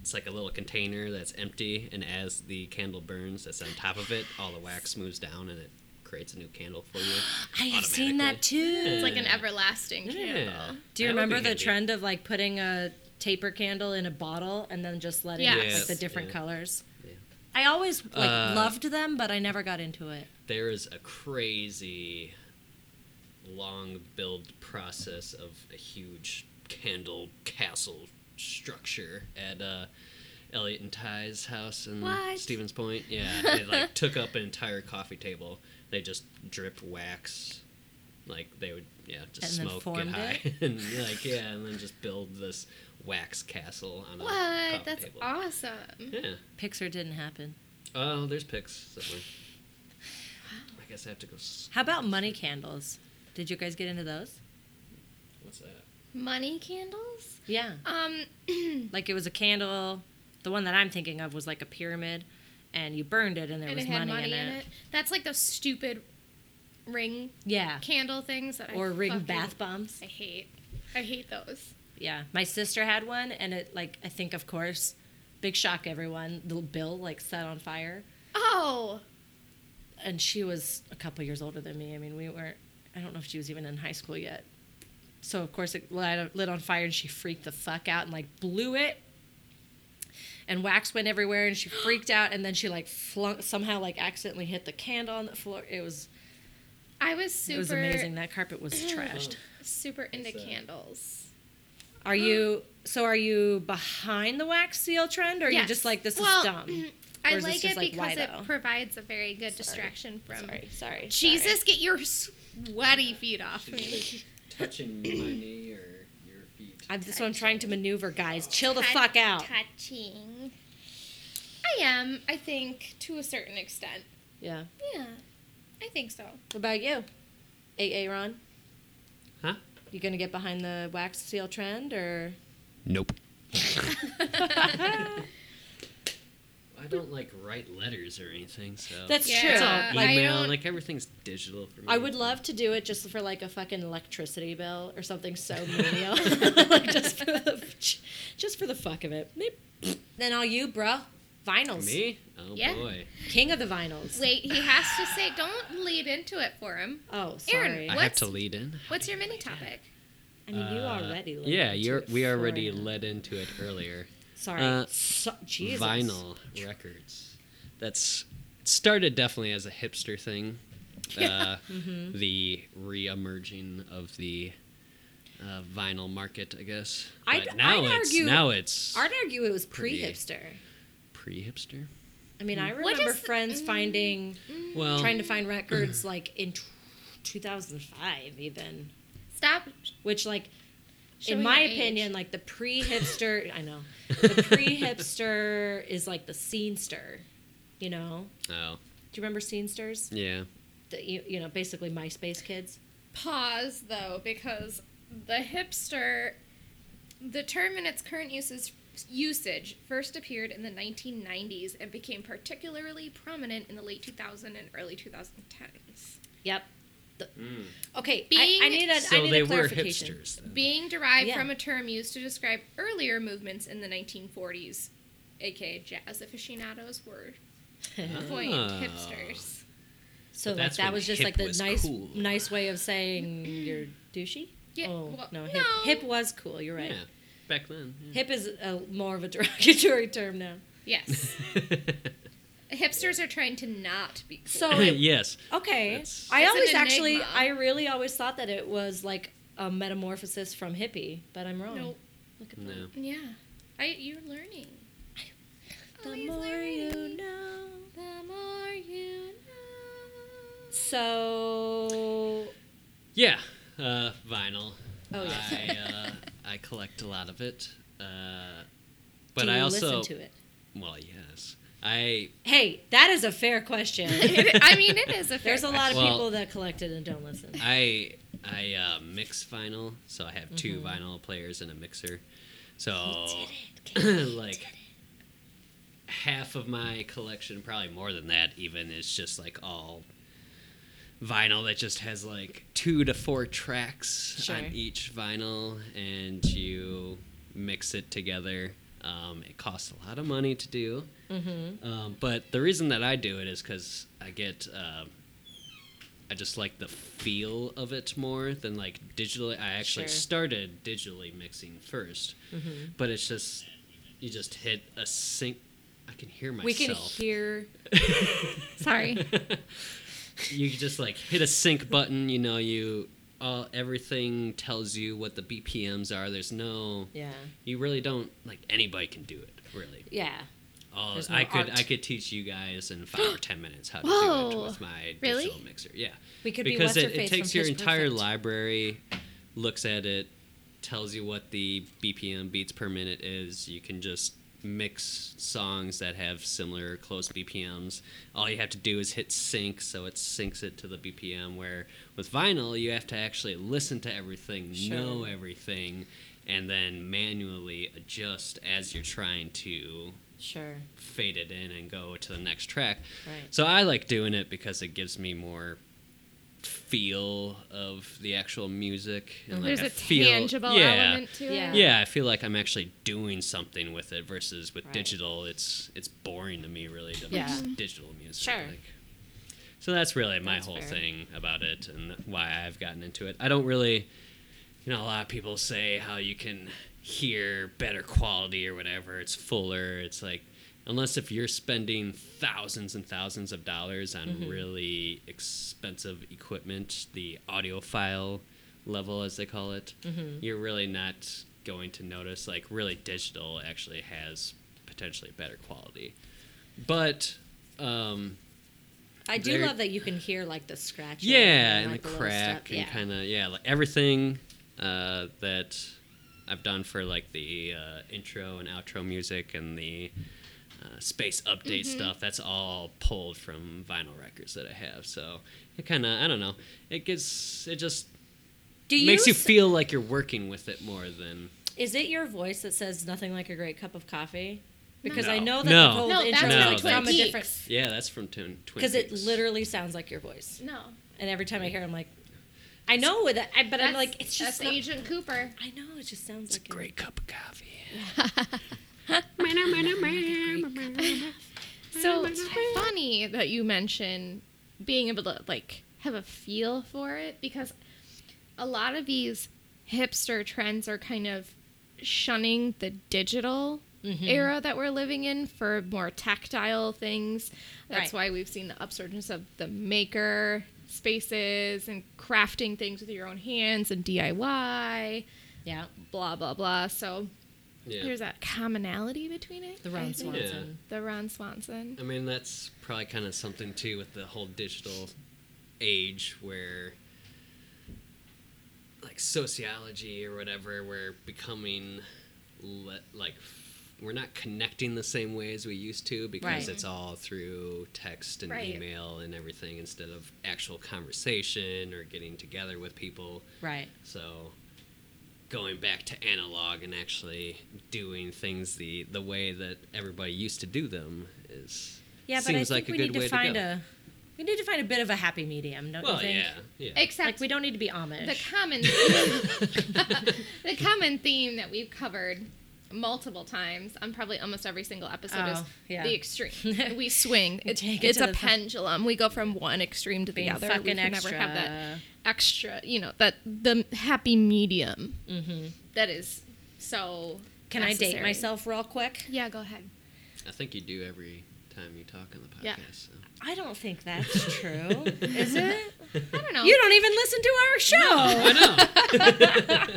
it's like a little container that's empty, and as the candle burns, that's on top of it, all the wax moves down and it creates a new candle for you. I have seen that too. It's like an everlasting candle. Yeah. Do you That would remember be the handy. trend of like putting a taper candle in a bottle and then just letting Yeah. it Yes. like the different Yeah. colors? Yeah. I always like Uh, loved them, but I never got into it. There is a crazy long build process of a huge candle castle structure at uh, Elliot and Ty's house in What? Stevens Point. Yeah, they like took up an entire coffee table. They just dripped wax. Like they would, yeah, just And then smoke, get formed high, it? and like yeah, and then just build this wax castle on a coffee What? That's table. awesome. Yeah. Pixar didn't happen. Oh, there's pics somewhere. I guess I have to go. s- How about money candles? Did you guys get into those? What's that? Money candles? Yeah. Um Like it was a candle. The one that I'm thinking of was like a pyramid, and you burned it, and there and was it had money, in, it. That's like those stupid ring Yeah. candle things that I Or ring fucking- bath bombs. I hate. I hate those. Yeah. My sister had one, and it like I think of course, big shock everyone. The bill like set on fire, Oh. and she was a couple years older than me. I mean, we weren't. I don't know if she was even in high school yet. So of course it lit lit on fire, and she freaked the fuck out and like blew it and wax went everywhere and she freaked out and then she like flung somehow like accidentally hit the candle on the floor it was I was super it was amazing that carpet was Oh, trashed super into What's that? candles. are you so are you behind the wax seal trend or are you Yes. just like this Well, mm, is dumb I Or is this like it just like, why because it though? provides a very good distraction from sorry sorry Jesus, get your sweaty feet off me. Touching my knee or your feet. I'm, that's what I'm trying to maneuver, guys. Chill the fuck out. Touching. I am, I think, to a certain extent. Yeah. Yeah, I think so. What about you? AA Ron? Huh? You gonna get behind the wax seal trend or? Nope. I don't like write letters or anything, so That's Yeah. true. It's all Like, I email. don't- Like everything's digital for me. I would love to do it just for like a fucking electricity bill or something so menial, like just for the just for the fuck of it. Maybe. Then all you, bro, vinyls, me. Oh Yeah. boy, king of the vinyls. Wait, he has to say, don't lead into it for him. Oh, Aaron, sorry. I have What's- to lead in. What's your mini topic? I mean, you Uh, already. led Yeah, into you're. it We for already now. led into it earlier. Sorry. uh, so, Jesus. Vinyl records. That's it started definitely as a hipster thing. Uh, Mm-hmm. The re-emerging of the uh, vinyl market, I guess. I'd- But now I'd it's argue- now it's I'd argue it was Pretty- Mm. pre-hipster. pre-hipster. I mean, I What remember is the- mm? friends finding, Well, trying to find records like in t- 2005 even, Stop. which like in Showing my your age. opinion, like the pre-hipster, I know the pre-hipster is like the scenester. You know, Oh, do you remember scenesters? yeah. The, you, you know, basically MySpace kids. Pause though, because the hipster, the term in its current uses, usage first appeared in the 1990s and became particularly prominent in the late 2000 and early 2010s. Yep. The- Okay, Being- I, I need a, I Hmm. So need they a were clarification. hipsters. Then. Being derived Yeah. from a term used to describe earlier movements in the 1940s, aka jazz aficionados were coined Ah. hipsters. So But like that's that when was just hip like the was nice cool. nice way of saying you're douchey. Yeah, oh, well, no, hip, no. hip was cool. You're right. Yeah, back then. yeah. Hip is a, more of a derogatory term now. Yes. Hipsters are trying to not be cool. So yes. okay, That's- I It's an always actually enigma. I really always thought that it was like a metamorphosis from hippie, but I'm wrong. no, Look at that. No. yeah, I you're learning. The Always more you learning. know. The more you know. So Yeah. Uh, vinyl. Oh, yes. I, uh, I collect a lot of it. Uh, but do I you also listen to it. well, yes. I Hey, that is a fair question. I mean, it is a fair There's a lot of Well- people that collected and don't listen. I I uh, mix vinyl, so I have 2 vinyl players and a mixer. So like half of my collection, probably more than that even, is just like all vinyl that just has like two to four tracks on Sure. each vinyl and you mix it together. Um, it costs a lot of money to do. Mm-hmm, Um, but the reason that I do it is because I get, uh, I just like the feel of it more than like digitally. I actually Sure. started digitally mixing 1st mm-hmm. but it's just you just hit a sync. I can hear myself. We can hear Sorry. you just like hit a sync button. You know, you all everything tells you what the BPMs are. There's no, Yeah. you really don't like anybody can do it really. Yeah. Oh, There's no I could art. I could teach you guys in five or ten minutes how to do Whoa. it with my Really? digital mixer. Yeah, We could be because what's her it, it face takes from your Pitch entire Perfect. library, looks at it, tells you what the BPM beats per minute is. You can just mix songs that have similar close BPMs. All you have to do is hit sync, so it syncs it to the BPM. Where with vinyl, you have to actually listen to everything, Sure. know everything, and then manually adjust as you're trying to Sure. fade it in and go to the next track. Right. So I like doing it because it gives me more feel of the actual music. And like Mm-hmm. There's I a feel- tangible yeah, element to it. Yeah. Yeah, I feel like I'm actually doing something with it versus with Right. digital, it's it's boring to me really to Yeah. mix digital music. Sure. like. so that's really my That's whole fair. thing about it and why I've gotten into it. I don't really you know, a lot of people say how you can hear better quality or whatever. It's fuller. It's like, unless if you're spending thousands and thousands of dollars on Mm-hmm. really expensive equipment, the audiophile level, as they call it, Mm-hmm. you're really not going to notice. Like, really, digital actually has potentially better quality. But, um, I do There- love that you can hear like the scratch. yeah, and like, the little stuff. crack and Yeah. kind of yeah, like everything uh, that I've done for like the uh, intro and outro music and the uh, space update Mm-hmm. stuff. That's all pulled from vinyl records that I have. So it kind of I don't know. It gets it just do you makes you s- feel like you're working with it more than Is it your voice that says nothing like a great cup of coffee? Because I No. know that No. the whole No, intro that's is No, like from a that's- different yeah. That's from Twin Twin because it Peaks. literally sounds like your voice. No. And every time I hear, it, I'm like, I know that, I, but I'm That's- like, it's just. that's not- Agent Cooper. I know it just sounds like a- great cup of coffee. So it's funny that you mention being able to like have a feel for it because a lot of these hipster trends are kind of shunning the digital Mm-hmm. era that we're living in for more tactile things. That's why Right. we've seen the upsurgence of the maker spaces and crafting things with your own hands and DIY, Yeah, blah blah blah. So Yeah. there's that commonality between it. the I Ron think. Swanson. The Ron Swanson. I mean, that's probably kind of something too with the whole digital age where like sociology or whatever, we're becoming le- like f- we're not connecting the same way as we used to because Right. it's all through text and Right. email and everything instead of actual conversation or getting together with people. Right. So going back to analog and actually doing things the the way that everybody used to do them is Yeah, but seems I like think we a good need way to find go. a we need to find a bit of a happy medium, don't you well, think? yeah, yeah. Except Like we don't need to be Amish. the common the common theme that we've covered multiple times on probably almost every single episode is Oh, yeah. the extreme. we swing. It, take it it's to a the fu- pendulum. We go from one extreme to the Being other. fucking we can extra. never have that extra, you know, that the happy medium that is so Mm-hmm. Can I date necessary. myself real quick? Yeah, go ahead. I think you do every time you talk on the podcast. Yeah. So. I don't think that's true. Is it? I don't know. You don't even listen to our show. I know.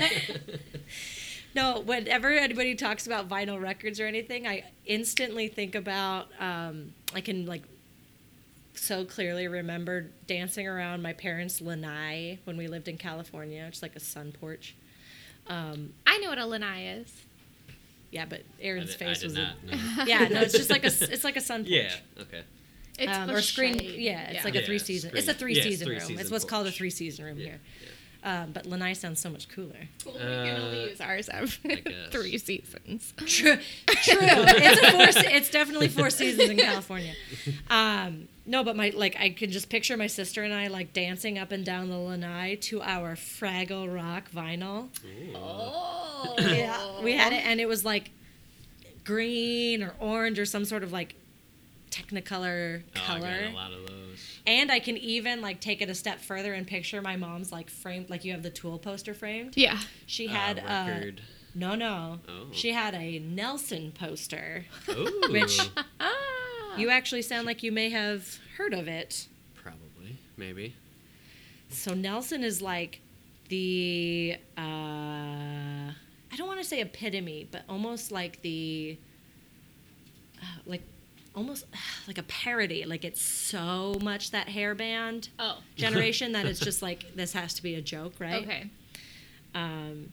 No, whenever anybody talks about vinyl records or anything, I instantly think about um, I can like so clearly remember dancing around my parents' lanai when we lived in California, just like a sun porch. Um, I know what a lanai is. yeah, but I Aaron's did- I face did was not know. A, yeah, no, it's just like a s- it's like a sun porch. Yeah. Okay. It's Um, or screen, cliche. yeah, it's like Yeah. a three season. It's a screen- three yeah, season room. three-season it's what's called a porch. three season room Yeah. here. Um, but lanai sounds so much cooler. Well, we can only Uh, use ours I every guess. three seasons. True. True. it's a four. se- It's definitely four seasons in California. Um, no, but my like I can just picture my sister and I like dancing up and down the lanai to our Fraggle Rock vinyl. Oh. Yeah, we had it, and it was like green or orange or some sort of like Technicolor Oh, I color. got a lot of those. and I can even like take it a step further and picture my mom's like framed, like you have the Tool poster framed. Yeah. She had uh, uh, record. no, no, Oh. she had a Nelson poster. Ooh, which- Ah. You actually sound like you may have heard of it. probably maybe. So Nelson is like the uh, I don't want to say epitome, but almost like the uh, like almost like a parody. Like it's so much that hairband Oh. generation that it's just like this has to be a joke, right? Okay. Um,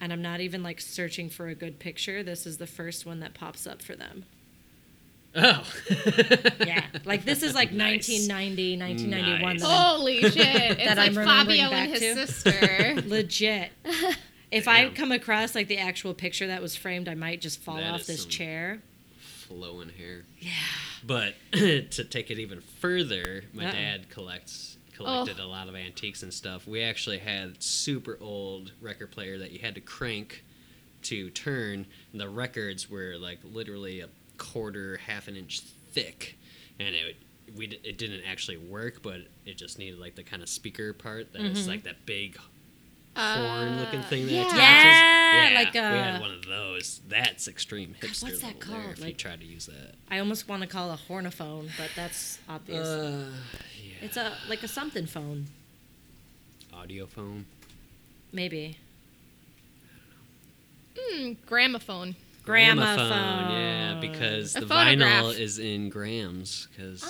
and I'm not even like searching for a good picture. This is the first one that pops up for them. Oh. Yeah, like this is like Nice. 1990, 1991. Nice. that I'm Holy shit! It's like That I'm remembering Fabio back and his to. sister. legit. If I Damn. come across like the actual picture that was framed, I might just fall That off is this some- chair. Flowing hair. Yeah. But to take it even further, my Uh-oh. Oh. dad collects collected a lot of antiques and stuff. We actually had super old record player that you had to crank to turn. And the records were like literally a quarter, half an inch thick, and it we d- it didn't actually work, but it just needed like the kind of speaker part that Mm-hmm. is like that big horn looking thing that yeah. attaches. Yeah, Yeah, Uh, like, we uh, had one of those. That's extreme hipster. what's level there that called? If you Like- tried to use that. I almost want to call it a hornophone, but that's obvious. Uh, yeah. it's a like a something phone, audio foam. maybe. Hmm, gramophone. Yeah, because A the phonograph. vinyl is in grams. Because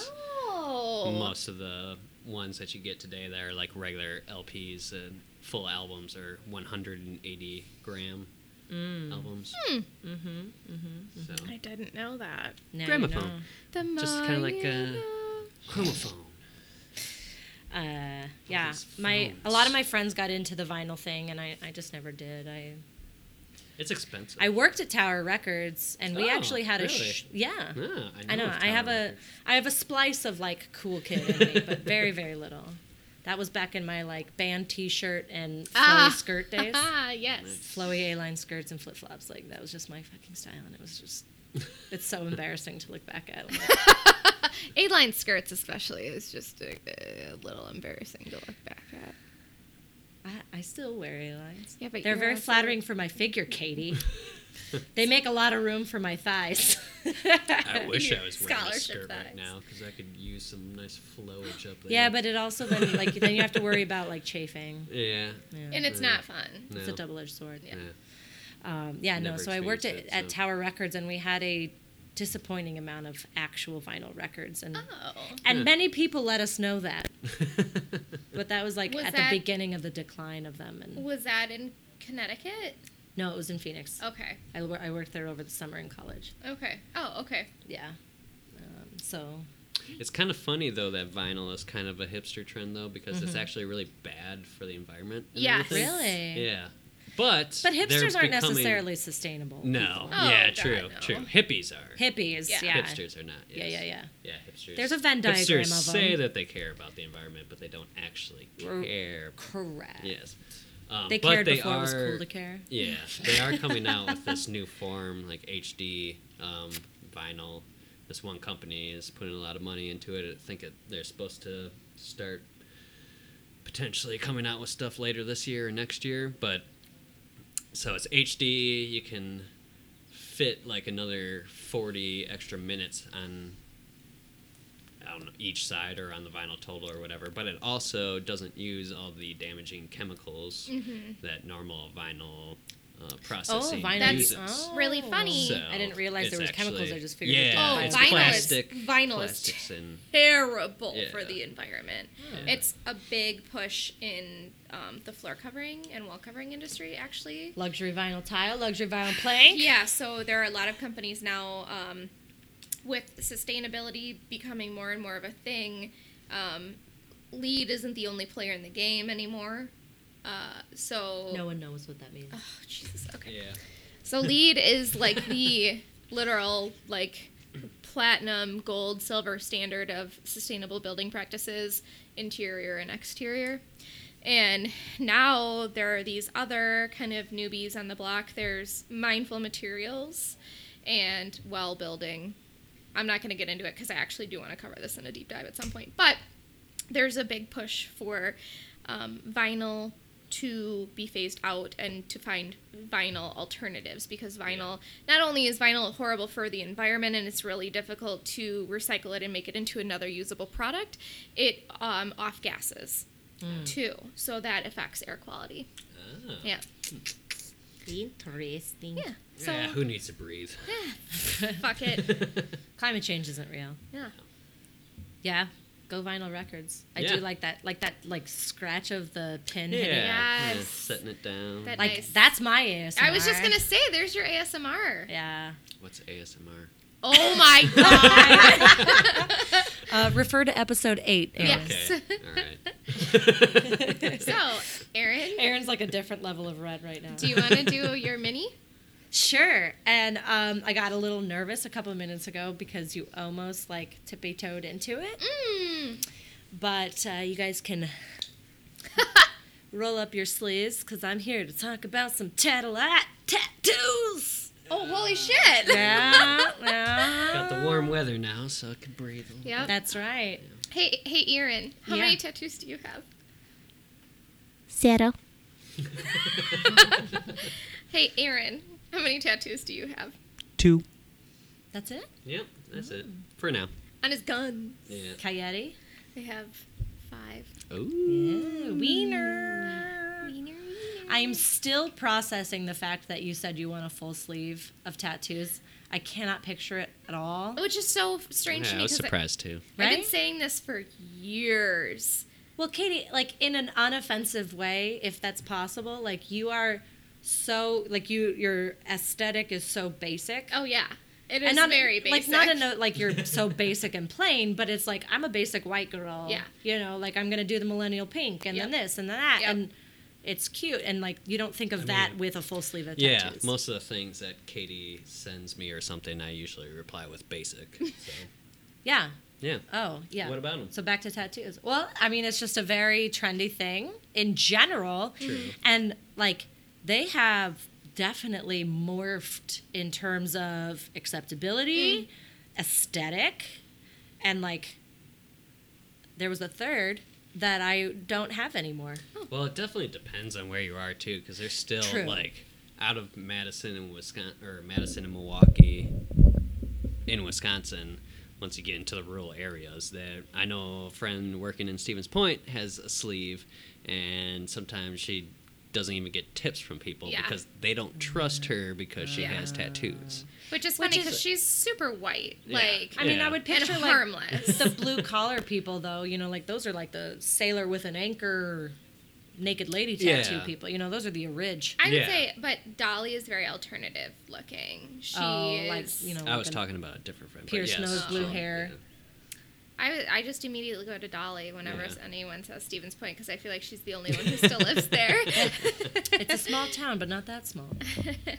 Oh. most of the ones that you get today that are like regular LPs and full albums are 180 gram Mm, Hmm. albums. Mm-hmm, mm-hmm, I didn't know that. Now you Gramophone. The Just kinda like, more you uh, know. So chromophone. Uh, yeah, these my a phones. lot of my friends got into the vinyl thing, and I, I just never did. I It's expensive. I worked at Tower Records, and we Oh, actually had a really? sh- yeah. Yeah, I know. Ah, of I have Tower a Records. I have a splice of like cool kid in me, but very very little. That was back in my like band T-shirt and flowy Ah. skirt days. Ah, yes. flowy A-line skirts and flip flops. Like that was just my fucking style, and it was just it's so embarrassing to look back at. A-line skirts, especially, is just a, a little embarrassing to look back at. I, I still wear A-lines. Yeah, but they're you're very also- flattering for my figure, Katie. they make a lot of room for my thighs. I wish I was wearing a Scholarship skirt thighs. right now because I could use some nice flowage up there. yeah, but it also then like then you have to worry about like chafing. yeah, Yeah. And it's not fun. no. It's a double-edged sword. Yeah. Um, yeah, no. Never So I worked at, experienced it, at so- Tower Records, and we had a disappointing amount of actual vinyl records, and Oh. and many people let us know that But that was like Was at that- the beginning of the decline of them. And Was that in Connecticut? no, it was in Phoenix. Okay. I, wor- I worked there over the summer in college. Okay. Oh, okay. Yeah. Um, so It's kind of funny though that vinyl is kind of a hipster trend though because it's actually really bad for the environment. and Yes. everything. Mm-hmm. Really? Yeah. But But they're hipsters aren't becoming- necessarily sustainable. No. Oh, yeah. God, True. no. True. Hippies are. Hippies, yeah. Yeah. Hipsters are not. Yeah, yes. yeah, yeah. Yeah, hipsters. There's a Venn diagram hipsters of 'em. say that they care about the environment, but they don't actually Or- care. Correct. Yes. Um, They but cared they before it was are- cool to care. Yeah, they are coming out with this new form, like HD um, vinyl. This one company is putting a lot of money into it. I think it, they're supposed to start potentially coming out with stuff later this year or next year. But so it's HD. You can fit like another 40 extra minutes on on each side or on the vinyl total or whatever, but it also doesn't use all the damaging chemicals Mm-hmm. that normal vinyl Oh, uh, processing vinyl- uses. That's Oh. really funny. So I didn't realize it's there was chemicals, actually- I just figured it yeah, was it's vinyl. Oh, vinyl is- plastic, vinyl is plastics and Terrible Yeah. for the environment. Yeah. It's a big push in um, the floor covering and wall covering industry, actually. Luxury vinyl tile, luxury vinyl plank. Yeah, so there are a lot of companies now um, with sustainability becoming more and more of a thing. Um, lead isn't the only player in the game anymore. Uh, so No one knows what that means. Oh, Jesus. Okay. yeah. So lead is like the literal like platinum, gold, silver standard of sustainable building practices, interior and exterior. And now there are these other kind of newbies on the block. There's mindful materials and well building. I'm not going to get into it because I actually do want to cover this in a deep dive at some point. But there's a big push for um, vinyl to be phased out and to find vinyl alternatives because vinyl not only is vinyl horrible for the environment and it's really difficult to recycle it and make it into another usable product it um, off gases Hmm. Mm. too so that affects air quality Ah. Oh. yeah Interesting. yeah so yeah, who needs to breathe? fuck it Climate change isn't real. yeah Yeah. Go vinyl records. I Yeah. do like that, like that, like scratch of the pin. Yeah, hitting. yeah, Yes. setting it down. That- Like Nice. that's my ASMR. i was just gonna say there's your asmr Yeah. What's ASMR? oh my god Uh, refer to episode eight. Aaron. Oh, Yes. Okay, all right. so aaron Aaron's like a different level of red right now. do you want to do your mini Sure. And um, I got a little nervous a couple of minutes ago because you almost like tippy toed into it. mm. But uh, you guys can roll up your sleeves because I'm here to talk about some Cadillac tattoos. oh holy shit Yeah, yeah. Got the warm weather now, so I can breathe a little. Yep. That's right. Hey, hey, Erin, how Yeah. many tattoos do you have? Zero. Hey, Erin, how many tattoos do you have? Two. That's it. Yep, that's it for now. On his gun, Yeah. Coyote. I have five. Ooh. Wiener. Wiener, wiener. I am still processing the fact that you said you want a full sleeve of tattoos. I cannot picture it at all. Which is so f- strange to Yeah, I me was because surprised too. I've been Right? saying this for years. Well, Katie, like in an unoffensive way, if that's possible, like you are so like you your aesthetic is so basic. Oh yeah, it is and not very basic. Like not in a like you're so basic and plain, but it's like I'm a basic white girl. Yeah. You know, like I'm gonna do the millennial pink and then Yep. this and then that Yep. and it's cute and like you don't think of that with a full sleeve of Yeah, tattoos. most of the things that Katie sends me or something, I usually reply with basic. So, Yeah. yeah. Oh, yeah. What about 'em? So back to tattoos. Well, I mean, it's just a very trendy thing in general. True. And like they have definitely morphed in terms of acceptability, aesthetic, and like there was a third that I don't have anymore. Well, it definitely depends on where you are too, because there's still True. like out of Madison and Wisconsin, or Madison and Milwaukee, in Wisconsin. Once you get into the rural areas, that I know a friend working in Stevens Point has a sleeve, and sometimes she doesn't even get tips from people Yeah. because they don't trust her because she Yeah. has tattoos. Which is Which funny is- because she's super white, Yeah. like I mean, Yeah. I would and picture like harmless. the blue collar people, though. You know, like those are like the sailor with an anchor, naked lady tattoo Yeah. people. You know, those are the orig. I would Yeah. say, but Dolly is very alternative looking. She oh, is. like you know, I was with an- talking about a different friend. but pierced yes, nose, blue um, hair. yeah. I, I just immediately go to Dolly whenever Yeah. anyone says Stevens Point because I feel like she's the only one who still lives there. It's a small town, but not that small.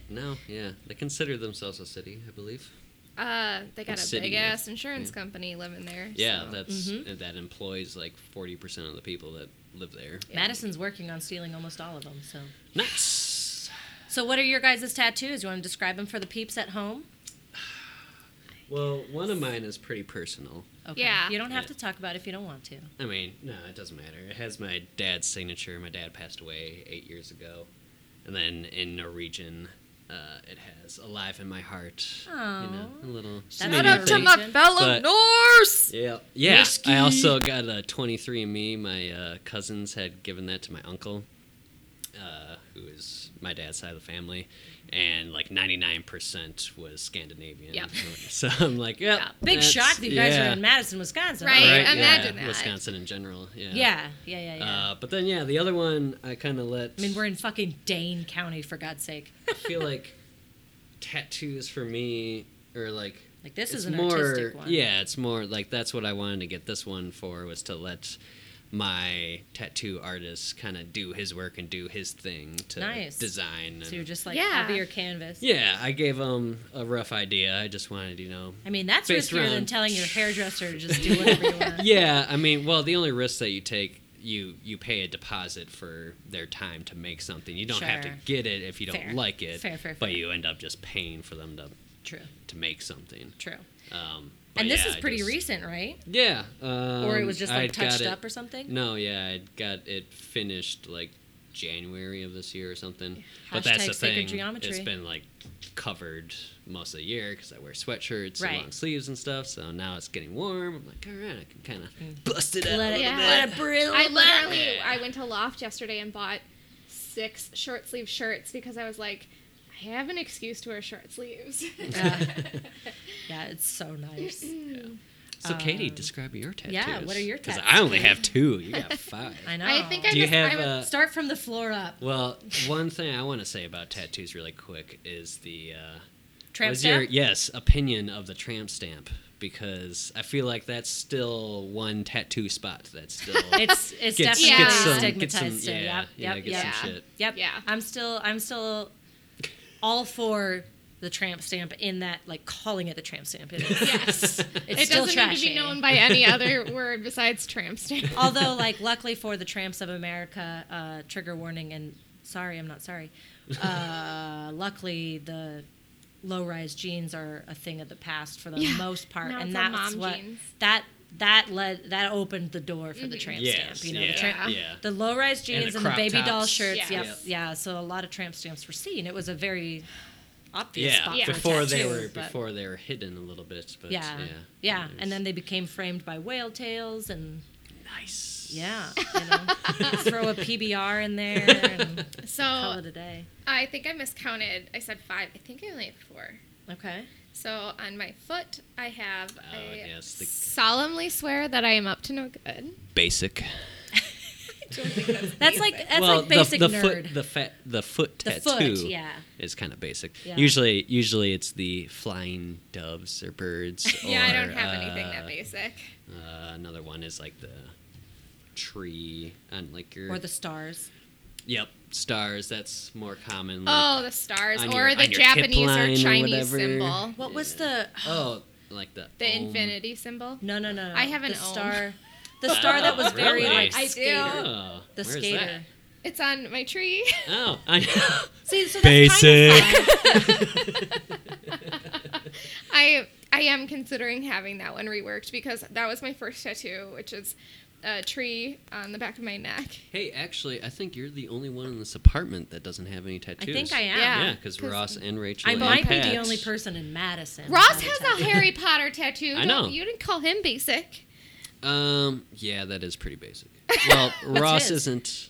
No, yeah, they consider themselves a city, I believe. Uh, they got a City, big yeah. ass insurance Yeah. company living there. Yeah, so. that's Mhm. and that employs like forty percent of the people that live there. Madison's working on stealing almost all of them. So, Nice. so what are your guys' tattoos? You want to describe them for the peeps at home? Well, one of mine is pretty personal. Okay. Yeah. You don't have Yeah. to talk about it if you don't want to. I mean, no, it doesn't matter. It has my dad's signature. My dad passed away eight years ago, and then in Norwegian, uh, it has "alive in my heart." You know, Aw. a little. Shout out to thing. my fellow But- Norse. Yeah, yeah. Risky. I also got a 23andMe. My uh, cousins had given that to my uncle, uh, who is my dad's side of the family, and like 99% was Scandinavian. Yep. So I'm like, yep, Yeah. Big that's- shock that you guys yeah. are in Madison, Wisconsin. Right, Right, imagine yeah, that. Wisconsin in general. Yeah. Yeah. Yeah. Yeah. Yeah. Uh, but then, yeah, the other one I kind of let. I mean, we're in fucking Dane County, for God's sake. I feel like tattoos for me are like Like this it's is an more, artistic one. Yeah, it's more like that's what I wanted to get this one for was to let my tattoo artist kind of do his work and do his thing to Nice. design. And, So you're just like Yeah. over your canvas. yeah, I gave him a rough idea. I just wanted, you know. I mean, that's Based riskier than around- telling your hairdresser to just do whatever you want. Yeah, I mean, well, the only risk that you take, you you pay a deposit for their time to make something. You don't have to Sure. get it if you don't Fair. like it. Fair, fair, But fair. you end up just paying for them to True. to make something. True. Um, but And this yeah, is I pretty just- recent, right? Yeah. Um, or it was just like I'd got touched it- up or something. No, yeah, I got it finished like January of this year or something. But Hashtag that's the sacred thing. geometry. It's been like covered most of the year because I wear sweatshirts and Right. long sleeves and stuff. So now it's getting warm. I'm like, all right, I can kind of bust it out. Mm. Let it, Yeah. let it brew. I literally Yeah. I went to Loft yesterday and bought six short sleeve shirts because I was like, I have an excuse to wear short sleeves. Yeah, it's so nice. So, Katie, describe your tattoos. Um, yeah, what are your Because I tats? only have two. You got five. I know. I think I Do you just have I would, a- start from the floor up. well, one thing I want to say about tattoos really quick is the. Uh, Tramp was your stamp. yes opinion of the tramp stamp because I feel like that's still one tattoo spot that's still It's it's gets- definitely gets some- stigmatized. gets some- still. yeah, yep. yeah, Yep. gets Yep. some yeah. shit. Yep. Yeah. I'm still I'm still all for the tramp stamp in that like calling it the tramp stamp. It is. Yes. It's it still doesn't need to trashy. be known by any other word besides tramp stamp. Although, like, luckily for the tramps of America, uh, trigger warning and sorry, I'm not sorry. Uh, luckily, the low-rise jeans are a thing of the past for the Yeah. most part, Now and it's all that's mom what jeans. that that led that opened the door for Mm-hmm. the tramp Yes, stamp. You know, yeah, the, tramp, yeah. the low-rise jeans and the, crop baby doll tops. shirts. Yeah. Yep, Yep. yeah. So a lot of tramp stamps were seen. It was a very obvious yeah, spot Yeah. for before they tattoos, were but- before they were hidden a little bit but yeah, yeah yeah, it was and then they became framed by whale tails and. nice Yeah, you know, throw a PBR in there and call So it a day. I think I miscounted. I said five. I think I only have four. Oh, Okay. So on my foot, I have. Oh, I yes, the- solemnly swear that I am up to no good. basic That's like that's well like basic the, the nerd. foot the fat the foot The tattoo foot, yeah. is kind of basic Yeah. usually usually it's the flying doves or birds yeah, I or, don't have anything that uh, basic. Uh, another one is like the tree on like your or the stars. yep stars. That's more common. like, Oh, the stars Mm. on or your- the on your hip Japanese line or or Chinese whatever. symbol, What was the oh, like the the om. infinity symbol. No, no, no. no. I have an the ohm. star. The star that was very Oh, Really? like I do. skater. Oh, The where's skater. It's on my tree. that? Oh, I, See, so that's Kind of Basic. fun. I I am considering having that one reworked because that was my first tattoo, which is a tree on the back of my neck. hey, actually, I think you're the only one in this apartment that doesn't have any I tattoos. think I am. Yeah. Yeah, because 'cause Ross and Rachel. I and might be Pat- the only person in Madison. Ross without has a tattoo. Harry Potter tattoo. I Don't- know. You didn't call him basic. Um, yeah, that is pretty basic. Well, Ross his? isn't.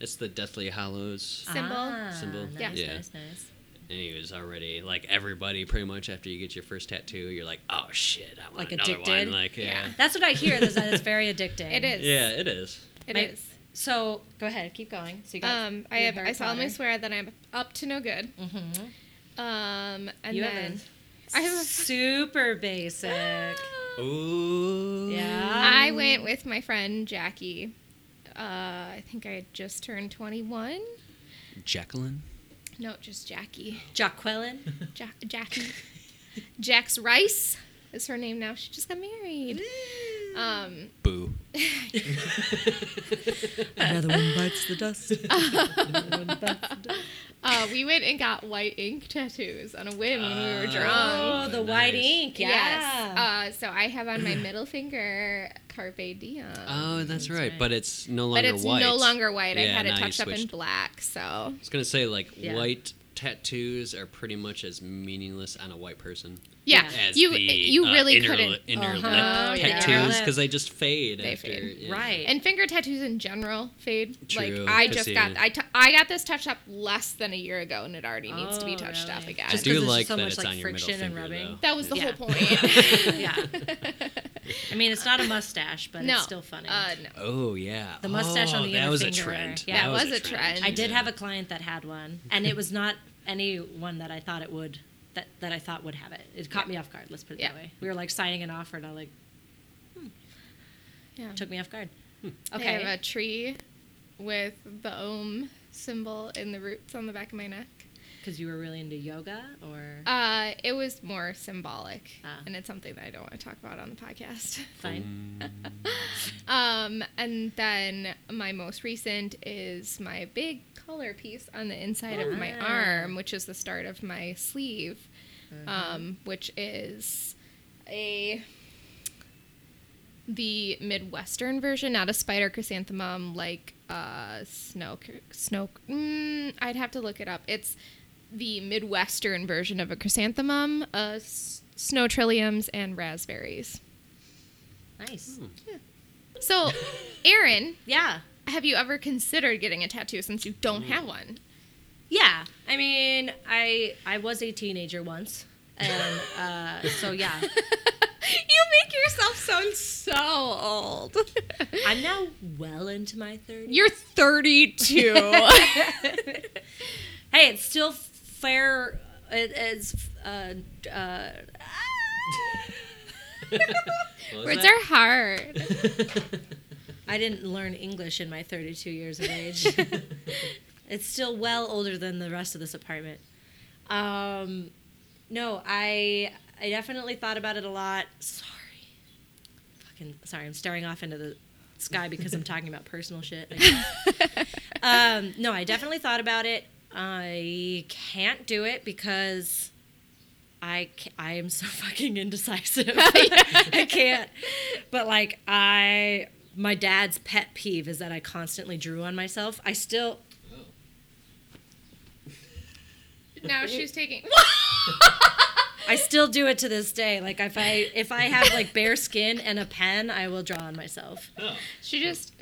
It's the Deathly Hallows. Symbol. Symbol. Ah, Nice, Yeah. Yeah. nice, nice. And he was already like everybody pretty much after you get your first tattoo, you're like, oh shit, I want Like another addicted? one. Like yeah, That's what I hear. Is that it's very addicting. It yeah, is. it is. It My- is. So go ahead, keep going. So you got Um, I your have Harry I solemnly Potter. swear that I'm up to no good. Mhm. Um, and you then have a I have a- super basic. Ooh. yeah. Um, I went with my friend Jackie. Uh, I think I had just turned 21. Jacqueline. No, just Jackie. Jacqueline. Ja- Jackie. Jax Rice is her name now. She just got married. Um, Boo. Another one bites the dust. uh, we went and got white ink tattoos on a whim when we were drunk. Oh, the white Nice. ink. Yeah. Yes. Uh, so I have on my middle finger Carpe Diem. Oh, that's, right. right. But it's no but longer it's white. no longer white. I Yeah, had it now you touched up in switched. black. So I was gonna say like Yeah. white tattoos are pretty much as meaningless on a white person yeah, Yeah. as you the, you uh, really inner, couldn't. inner Uh-huh. lip Yeah. tattoos because they just fade They after fade. yeah. Right. And finger tattoos in general fade. True, Like I 'cause just you- got I, t- I got this touched up less than a year ago, and it already needs to be Oh, touched up really? again. I Just do 'cause there's like so that much, it's like, on your middle friction finger and rubbing. though. that was the Yeah. whole point. yeah. I mean, it's not a mustache, but no, it's still funny. Uh, no. Oh yeah, The mustache on Oh, the that inner was finger. a trend. Mm. Yeah. That was a trend. I did have a client that had one, and it was not anyone that I thought it would that, that I thought would have it. It caught me off guard. Let's put it that Yeah. way. We were like signing an offer, and I like Yeah. took me off guard. I have Hmm. Okay, a tree with the Om symbol in the roots on the back of my neck. because you were really into yoga, or Uh, it was more symbolic, Ah. and it's something that I don't want to talk about on the podcast. fine. Um, and then my most recent is my big collar piece on the inside of my Ah. arm, which is the start of my sleeve, um, which is a the midwestern version, not a spider chrysanthemum like uh, snow chr- snow. Mm, I'd have to look it up. It's the midwestern version of a chrysanthemum, uh, s- snow trilliums, and raspberries. Nice. So, Aaron. Yeah. Have you ever considered getting a tattoo since you don't Mm. have one? Yeah, I mean, I I was a teenager once, and uh, so yeah, you make yourself sound so old. I'm now well into my 30s. You're 32. hey, it's still fair. It, it's uh, uh, Words are hard. I didn't learn English in my 32 years of age. it's still well older than the rest of this apartment. Um, no, I I definitely thought about it a lot. Sorry, fucking sorry. I'm staring off into the sky because I'm talking about personal shit. I guess. um, no, I definitely thought about it. I can't do it because I ca- I am so fucking indecisive. I can't. But like I my dad's pet peeve is that I constantly drew on myself. I still Now she's taking. I still do it to this day. Like if I if I have like bare skin and a pen, I will draw on myself. Oh, She just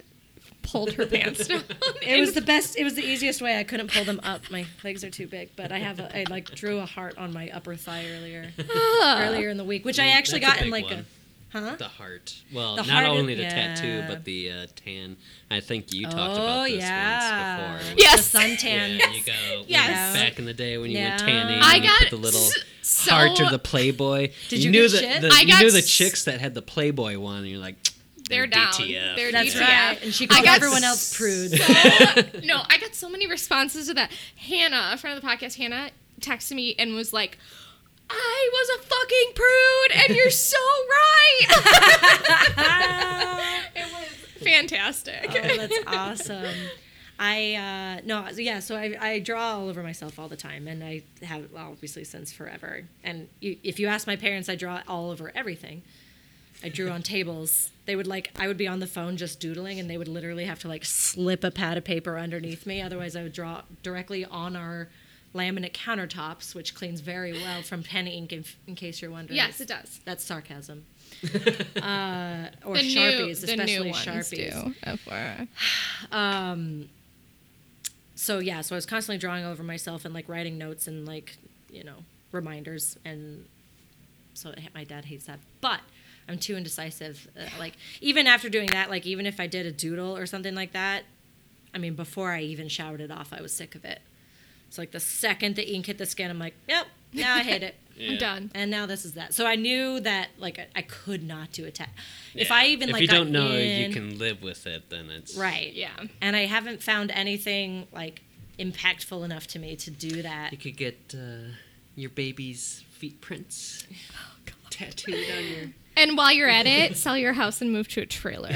pulled her pants down. It was the best. It was the easiest way. I couldn't pull them up. My legs are too big. But I have a, I like drew a heart on my upper thigh earlier earlier in the week, which I actually That's a got in big like one. a huh. the heart. Well, The not heart- only the yeah. tattoo, but the uh, tan. I think you talked Oh, about this yeah. once before. Yeah. The Yes. suntan. Yeah, you go. Yes. Yes. Back in the day when you went Yeah. tanning, I and got you put the little s- so- heart or the Playboy. Did you you knew get shit? that the, I you got knew the s- chicks that had the Playboy one, and you're like, They're down. DTF. They're That's DTF. right. And she I called got everyone else prudes. no, I got so many responses to that. Hannah, a friend of the podcast, Hannah texted me and was like, I was a fucking prude and you're so right. it was fantastic. Oh, that's awesome. I uh, no, yeah. So I, I draw all over myself all the time, and I have obviously since forever. And you, if you ask my parents, I draw all over everything. I drew on tables. They would like I would be on the phone just doodling, and they would literally have to like slip a pad of paper underneath me. Otherwise, I would draw directly on our laminate countertops, which cleans very well from pen ink. In, in case you're wondering, yes, it does. That's sarcasm. uh, or The sharpies, new, especially the new ones do. sharpies FYI. so yeah, so I was constantly drawing over myself and like writing notes and like you know reminders, and so it, my dad hates that. But I'm too indecisive. Uh, like even after doing that, like even if I did a doodle or something like that, I mean, before I even showered it off, I was sick of it. So like the second the ink hit the skin, I'm like, yep, now I hate it. I'm done. And now this is that. So I knew that like I, I could not do a test. If Yeah. I even if like you got don't know, you in- can live with it. Then it's right. Yeah. And I haven't found anything like impactful enough to me to do that. You could get uh, your baby's feet prints Oh, tattooed on your. And while you're at it, sell your house and move to a trailer.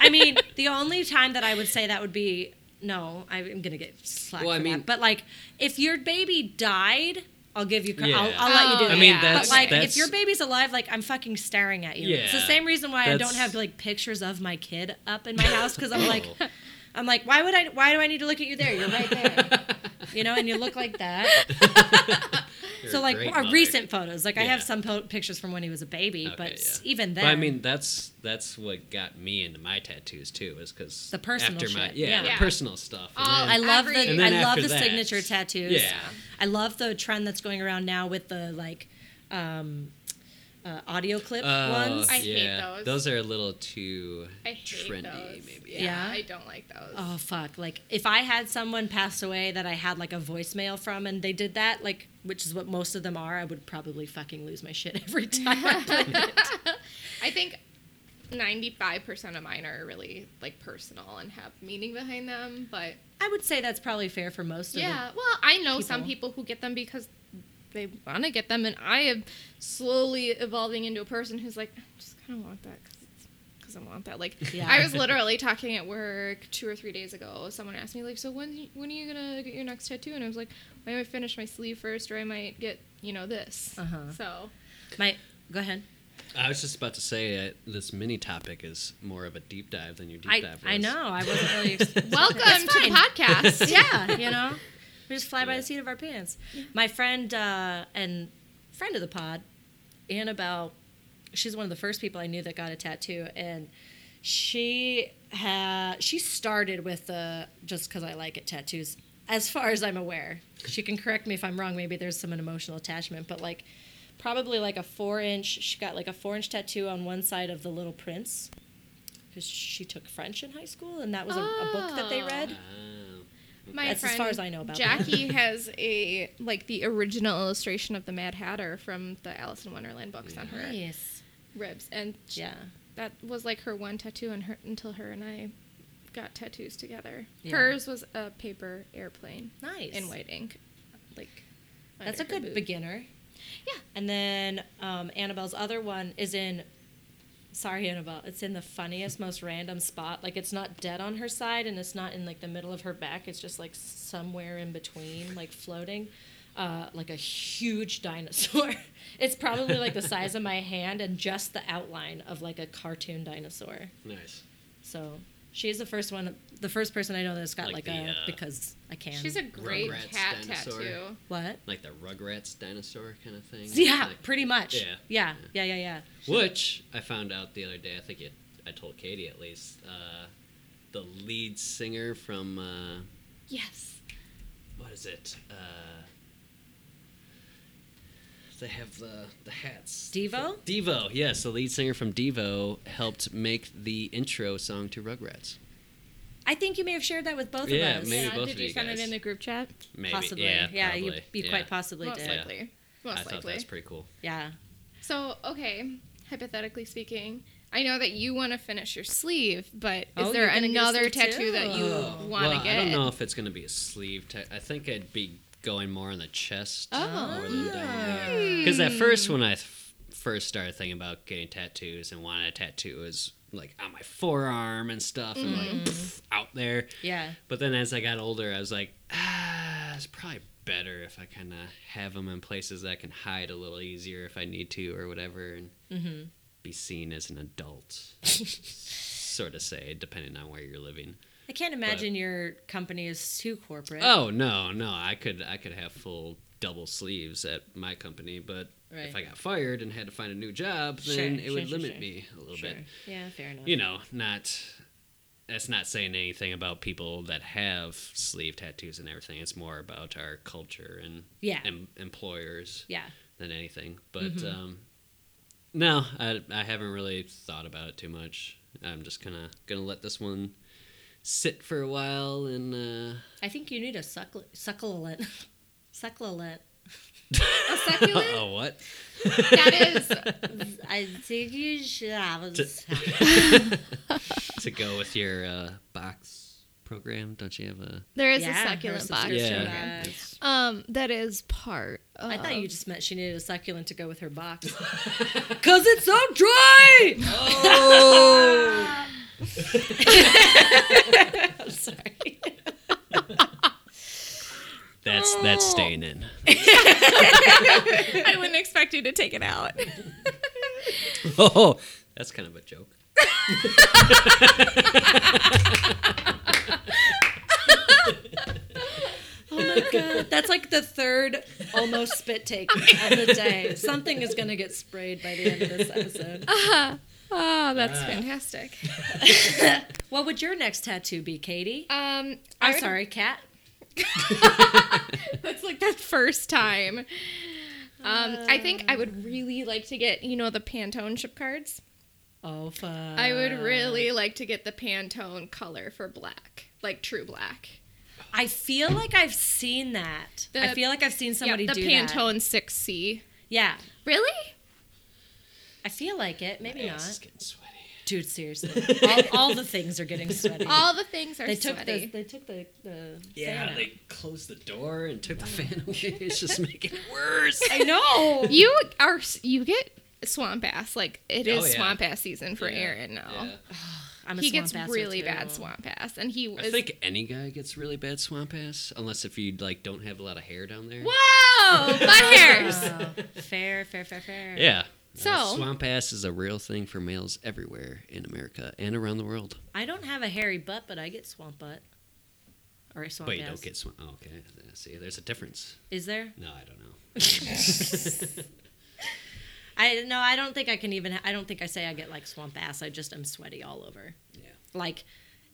I mean, the only time that I would say that would be no, I'm gonna get slack Well, I for mean- that. But like, if your baby died, I'll give you. cr- I'll, Yeah. I'll let you do Oh, it. I mean, yeah. that's But like, that's if your baby's alive, like I'm fucking staring at you. It's the Yeah. same reason why I don't That's- Oh. have like pictures of my kid up in my house because I'm like, I'm like, why would I? Why do I need to look at you there? You're right there. you know, and you look like that. you're so a like great uh, mother. recent photos. Like I have Yeah. some po- pictures from when he was a baby, Okay, but yeah. s- even then, But I mean, that's that's what got me into my tattoos too, is because The personal after my, shit. Yeah, Yeah. the Yeah. personal stuff. And All- then- I love Every- um, And the then I love after the that- signature tattoos. Yeah. I love the trend that's going around now with the like um, uh, audio clip Oh, ones. I hate yeah. those. are a little too I hate trendy, those. maybe. Yeah? I don't like those. Oh fuck! Like if I had someone pass away that I had like a voicemail from, and they did that, like which is what most of them are, I would probably fucking lose my shit every time. I played it. I think 95% of mine are really like personal and have meaning behind them, but I would say that's probably fair for most of yeah. them. Well, I know some people who get them because they want to get them and I am slowly evolving into a person who's like I just kind of want that because I want that. Like Yeah. I was literally talking at work 2 or 3 days ago. Someone asked me like, "So when when are you going to get your next tattoo?" And I was like, "I might finish my sleeve first or I might get, you know, this." Uh-huh. So, My go ahead. I was just about to say uh, this mini topic is more of a deep dive than your deep I dive was. I know I wasn't really. ex- welcome to the fine. podcast. yeah, you know, we just fly by the seat of our pants. My friend uh, and friend of the pod, Annabelle, she's one of the first people I knew that got a tattoo, and she had she started with the just because I like it tattoos. As far as I'm aware, she can correct me if I'm wrong. Maybe there's some emotional attachment, but like probably like a four inch. She got like a four inch tattoo on one side of the Little Prince. Because she took French in high school, and that was a, a book that they Oh. read. Ah. My That's as friend far as I know about that. Jackie has a like the original illustration of the Mad Hatter from the Alice in Wonderland books on her Nice. ribs, and sh- Yeah. that was like her one tattoo, and her until her and I got tattoos together. Yeah. Hers was a paper airplane Nice. in white ink, like That's under a her good boob. beginner. Yeah. And then um, Annabelle's other one is in. Sorry, Annabelle. It's in the funniest, most random spot. Like it's not dead on her side, and it's not in like the middle of her back. It's just like somewhere in between, like floating, uh, like a huge dinosaur. it's probably like the size of my hand, and just the outline of like a cartoon dinosaur. Nice. So she's the first one, the first person I know that's got like, Like a the, uh, because I can. She's a great Rugrats cat dinosaur. tattoo. what? Like the Rugrats dinosaur kind of thing. Yeah, Like- pretty much. Yeah. Yeah. Yeah. Yeah. Yeah. Which I found out the other day. I think it, I told Katie at least. Uh, the lead singer from uh, Yes. what is it? Uh, they have the the hats. Devo? Devo. Yes, the lead singer from Devo helped make the intro song to Rugrats. I think you may have shared that with both Yeah, of us. maybe Yeah, both Uh, did of you, you send it guys. in the group chat? Maybe. Possibly. Yeah. you, probably. you yeah. quite possibly Most did. Yeah. likely. I Most thought likely. that was pretty cool. Yeah. So, okay, hypothetically speaking, I know that you want to finish your sleeve, but is Oh, there you're gonna get a another sleeve tattoo too? that you Oh. want to well, get? I don't know if it's gonna be a sleeve. ta- I think I'd be going more on the chest. Oh. more than down there. Hmm. Because at first, when I f- first started thinking about getting tattoos and wanted a tattoo, it was like on my forearm and stuff, and like pff, out there. Yeah. But then as I got older, I was like, ah, it's probably better if I kind of have them in places that I can hide a little easier if I need to or whatever, and be seen as an adult, sort of say, depending on where you're living. I can't imagine your company is too corporate. Oh no, no, I could I could have full double sleeves at my company, but Right. if I got fired and had to find a new job, Sure, then it sure, would sure, limit sure. me a little Sure. bit. Yeah, fair enough. You know, not that's not saying anything about people that have sleeve tattoos and everything. It's more about our culture and Yeah. Mm-hmm. em- employers Yeah. than anything. But um, no, I, I haven't really thought about it too much. I'm just kind of gonna let this one sit for a while and uh, I think you need a succul- succulent. succulent. A succulent? oh what? That is I think you should have a succulent. to go with your uh, box program. Don't you have a? there is Yeah, a her succulent box. subscription Yeah. program. Yeah. it's- Um, that is part. Of, I thought you just meant she needed a succulent to go with her box. Cause it's so dry. I'm sorry. That's that's Oh. staying in. I wouldn't expect you to take it out. Oh, that's kind of a joke. Oh my god, that's like the third almost spit take of the day. Something is gonna get sprayed by the end of this episode. Oh, Ah. that's fantastic. What would your next tattoo be, Katie? Um, I'm would- sorry, Kat. That's like that first time. Um, I think Ah. I would really like to get, you know, the Pantone chip cards. Oh fuck. I would really like to get the Pantone color for black, like true black. I feel like I've seen that. I The- feel like I've seen somebody yeah, the do that. Pantone 6C. Yeah. Really? I feel like it. Maybe Ass is not. getting sweaty. Dude, seriously. all, all the things are getting sweaty. All the things are they took sweaty. the they took the, the Yeah, fan out. they closed the door and took the fan away. It's just making it worse. I know. you are you get swamp ass. Like it Oh, is yeah. swamp ass season for Yeah, Aaron now. yeah. I'm a He swamp gets bastard really too. bad swamp ass, and he was. I think any guy gets really bad swamp ass, unless if you like don't have a lot of hair down there. Whoa, butt hairs. Oh, fair, fair, fair, fair. Yeah. Uh, So- swamp ass is a real thing for males everywhere in America and around the world. I don't have a hairy butt, but I get swamp butt. Or a swamp But you ass. don't get swamp. Oh, okay, see, there's a difference. Is there? No, I don't know. I no, I don't think I can even. I don't think I say I get like swamp ass. I just am sweaty all over. Yeah. Like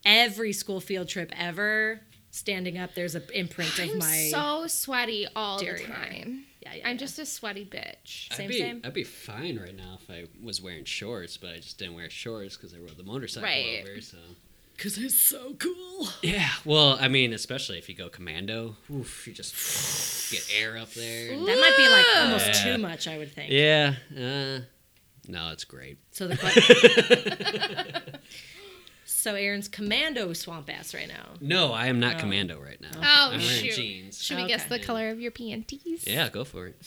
every school field trip ever, standing up, there's a imprint of I'm my. so sweaty all the dairy hair. time. Yeah, yeah, I'm yeah. just a sweaty bitch. Same, I'd be, same. I'd be fine right now if I was wearing shorts, but I just didn't wear shorts because I rode the motorcycle Right. over. So. Cause it's so cool. Yeah. Well, I mean, especially if you go commando, oof, you just get air up there. That might be like almost Yeah. too much. I would think. Yeah. Uh, no, it's great. So the question. so Aaron's commando swamp ass right now. No, I am not commando right now. Oh, I'm wearing shoot. jeans. Should we guess Okay. the color of your panties? Yeah, go for it.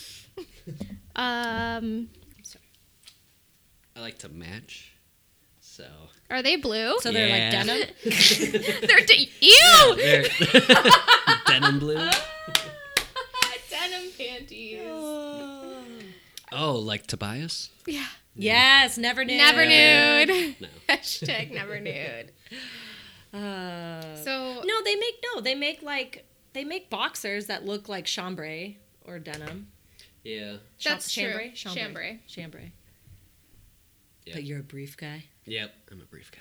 Um, I like to match. So are they blue? So they're Yeah. like denim. They're de- ew. They're- denim blue. Denim panties. Oh, like Tobias? Yeah. Yes, never knew. Never nude. No. Hashtag never nude. Uh, So no, they make no. They make like they make boxers that look like chambray or denim. Yeah. Cha- That's true. chambray? chambray, Chambray. chambray. Yeah. But you're a brief guy. Yep. I'm a brief guy.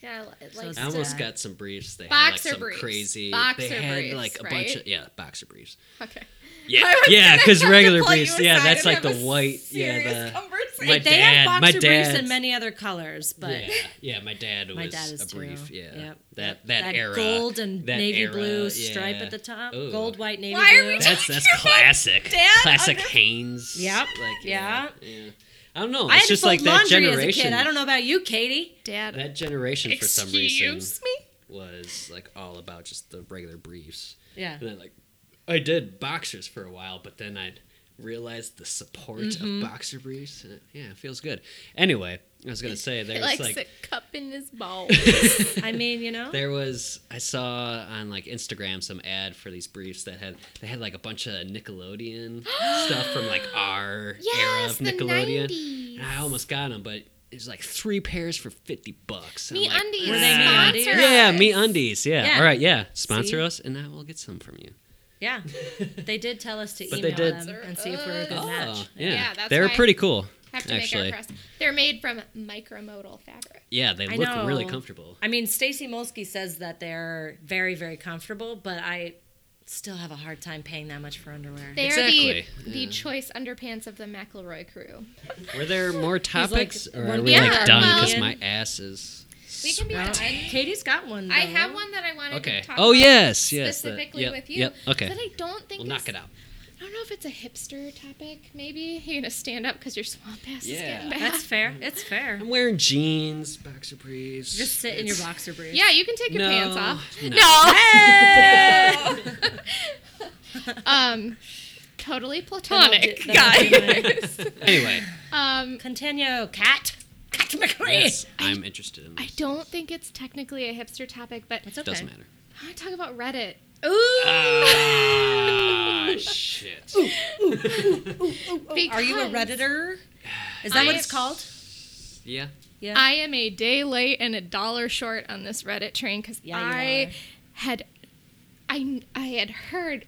yeah, like So it's I almost Sad. got some briefs. They had like Boxer some briefs. crazy. Boxer they had briefs, like a bunch right? of yeah, boxer briefs. okay. Yeah, I was yeah, gonna because have to regular pull you briefs. Yeah, aside that's and like the have a white. serious Yeah, the conversation. my they dad, have my boxer briefs dad's- in many other colors, but yeah, yeah. My dad was my dad is a too. brief. Yeah, Yep. that that, era. gold and that navy era, blue stripe yeah. at the top, Ooh. gold, white, navy Why are blue. we talking- That's that's classic. dad classic under- Haynes. Yep, Like yeah, yeah. I don't know. I had It's to just fold like that laundry generation. as a kid. I don't know about you, Katie. Dad. That generation for some reason Excuse me. was like all about just the regular briefs. Yeah. And then like I did boxers for a while, but then I realized the support Mm-hmm. of boxer briefs. And it, yeah, it feels good. Anyway, I was gonna say He there was likes like a cup in his bowl. I mean, you know. there was I saw on like Instagram some ad for these briefs that had they had like a bunch of Nickelodeon stuff from like our era yes, of the Nickelodeon. nineties. And I almost got them, but it was like three pairs for fifty bucks. And I'm Me like, undies. Were they sponsor MeUndies? us. Yeah, me undies. Yeah. Yeah. All right. Yeah. Sponsor See? us, and I will get some from you. Yeah, they did tell us to But they email did- Ah. them and see if we were a good match. Oh, yeah. Yeah, that's they were why- pretty cool. Have to Actually. make our press. They're made from micromodal fabric. Yeah, they I look really know. comfortable. I mean, Stacy Molsky says that they're very, very comfortable, but I still have a hard time paying that much for underwear. They are Exactly. the, Yeah. the choice underpants of the McElroy crew. Were there more topics, or one are we Yeah, like done? Because well- my ass is. We can be sweating. done. Katie's got one. I though. have one that I wanted Okay. to talk Oh about yes, yes. that- specifically yep, with you. Yep. Okay. That I don't think is- we'll knock it out. I don't know if it's a hipster topic. Maybe you're gonna stand up because your swamp ass is Yeah. getting bad. That's fair. It's fair. I'm wearing jeans, boxer briefs. Just sit in your boxer briefs. yeah, you can take your No, pants off. no. um, totally Then I'll platonic, do- then I'll do mine. guys. Anyway, um, Continue, cat. Cat McCree. yes, I'm interested in I this. don't think it's technically a hipster topic, but It's okay. Oh, Doesn't matter. I want to talk about Reddit. Ooh. Ah, shit. Are you a Because redditor? Is that what it's called? Yeah. Yeah. I am a day late and a dollar short on this Reddit train because Yeah, you I are. had, I I had heard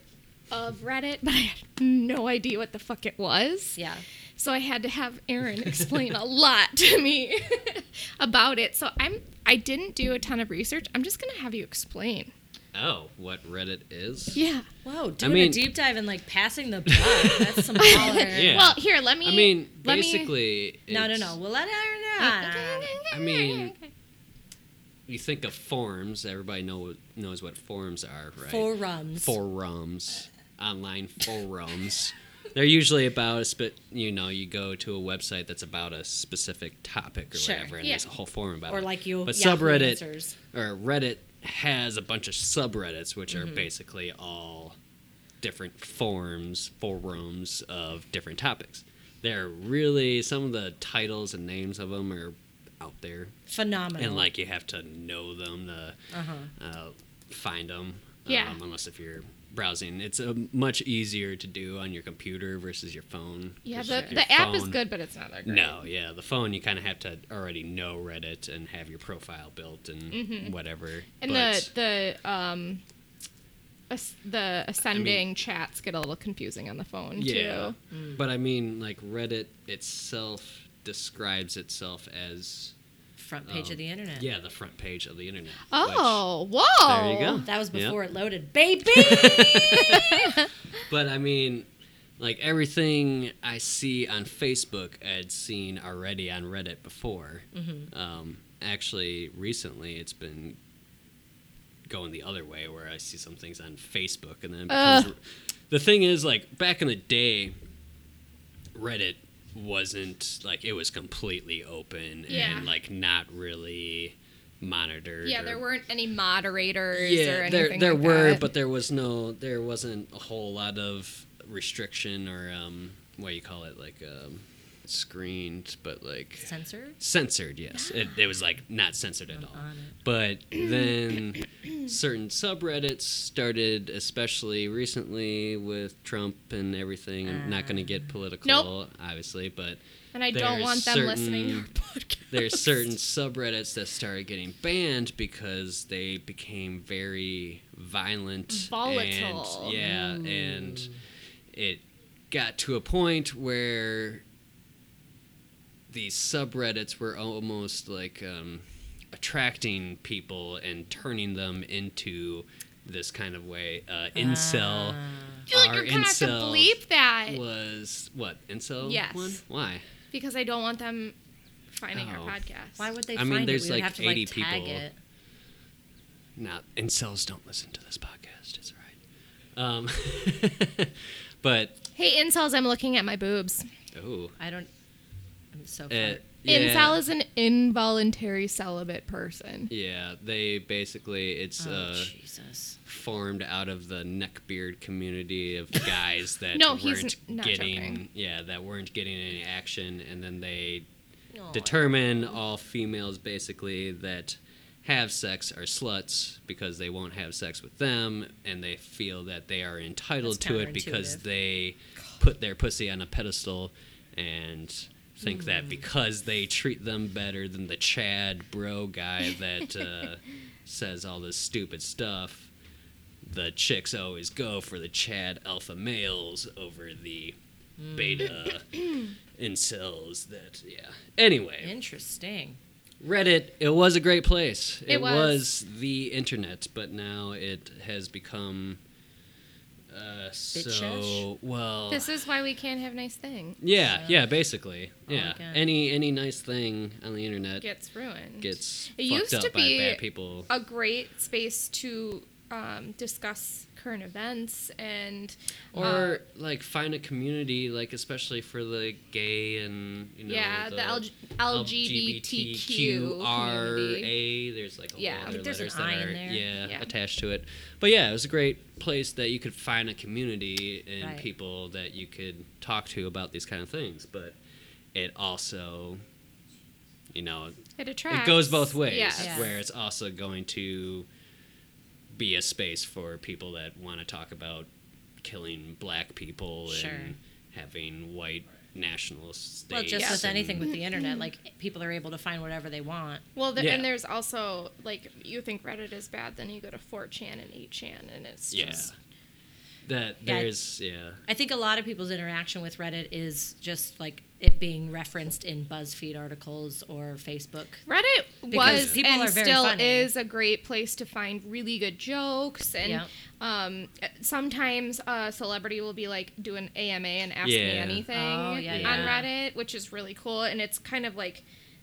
of Reddit, but I had no idea what the fuck it was. yeah. So I had to have Aaron explain a lot to me about it. So I'm I didn't do a ton of research. I'm just gonna have you explain. Oh, what Reddit is? Yeah. Whoa, doing mean- a deep dive and like passing the buck. That's some baller. Yeah. Well, here, let me. I mean, let me- basically. No, no, it's- no. We'll let her know. I mean, you think of forums. Everybody know knows what forums are, right? Forums. forums, online forums. They're usually about a spe- you know you go to a website that's about a specific topic or Sure. whatever, and Yeah. there's a whole forum about it. Or like you. but Yahoo subreddit answers. or Reddit has a bunch of subreddits, which Mm-hmm. are basically all different forms, forums of different topics. They're really some of the titles and names of them are out there, Phenomenal. Mm-hmm. and like you have to know them to Uh-huh. uh, find them. Yeah. Um, unless if you're browsing, it's uh, much easier to do on your computer versus your phone. yeah, 'cause the, your the app is phone- good, but it's not that great. No, yeah, the phone you kind of have to already know Reddit and have your profile built and whatever. Mm-hmm. And but the the um, as, the ascending chats get a little confusing on the phone yeah, too. but I mean, like Reddit itself describes itself as Front page of the internet. um, yeah the front page of the internet. which- Uh, Oh, whoa! there you go. That was Yeah. before it loaded. Baby! But I mean, like everything I see on Facebook, I'd seen already on Reddit before. Mm-hmm. Um, actually, recently it's been going the other way, where I see some things on Facebook, and then it becomes, the thing is, like back in the day, Reddit wasn't like it was completely open Yeah. and like not really monitored. Yeah, or there weren't any moderators or anything. there there like were, that. but there was no, there wasn't a whole lot of restriction or um, what do you call it, like um, screened, but like Censored? censored. Yes, it, it was like not censored at all. on it. But then certain subreddits started, especially recently with Trump and everything. I'm not going to get political, Mm. Nope. obviously, but and I don't there's want them listening to our certain- podcast. there's certain subreddits that started getting banned because they became very violent Volatile. Mm. and yeah and it got to a point where these subreddits were almost like um, attracting people and turning them into this kind of way uh, incel uh, I feel like Our you're gonna have to incels bleep that was what incel Yes. one why because I don't want them finding Oh. our podcast. Why would they I find mean, there's it? We would like have to 80 like tag people. it. Now, incels don't listen to this podcast. It's all right. Um, but Hey, incels, I'm looking at my boobs. oh, I don't. I'm so. uh, far- yeah, Incel is an involuntary celibate person. yeah. They basically it's oh, uh, Jesus. formed out of the neckbeard community of guys that No, weren't he's n- not getting joking. yeah that weren't getting any action, and then they Aw. determine all females basically that have sex are sluts because they won't have sex with them and they feel that they are entitled That's to it because counterintuitive. they put their pussy on a pedestal and think Mm. that because they treat them better than the chad bro guy that uh, says all this stupid stuff the chicks always go for the chad alpha males over the Mm. beta incels that yeah. Anyway, Interesting. Reddit, it was a great place. It, was. was. the internet, but now it has become uh, so Bitch-ish? well. This is why we can't have nice thing. yeah, yeah, basically, Oh yeah. okay. Any any nice thing on the internet Gets ruined. gets It fucked used up to by be bad people. a great space to um, discuss current events and or uh, like find a community, like especially for the gay and you know yeah, the, LG- LGBTQ community. LGBTQRA. There's like a Yeah. whole I other think there's an letters I that in are there. Yeah, Yeah. attached to it. But yeah, it was a great place that you could find a community and Right. people that you could talk to about these kind of things. But it also, you know, It attracts. it goes both ways, Yes. Yeah. where it's also going to be a space for people that want to talk about killing black people Sure. and having white nationalists. Well, just with anything with the internet, like people are able to find whatever they want. Well, the, and Yeah. there's also like you think Reddit is bad, then you go to 4chan and 8chan, and it's yeah, just that Yeah, I- there's yeah, I think a lot of people's interaction with Reddit is just like it being referenced in BuzzFeed articles or Facebook. Reddit Because was people and are very still funny. is a great place to find really good jokes and Yeah. um, sometimes a celebrity will be like do an AMA and ask Yeah. me anything Oh, yeah, on yeah. Reddit, which is really cool and it's kind of like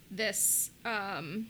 this um,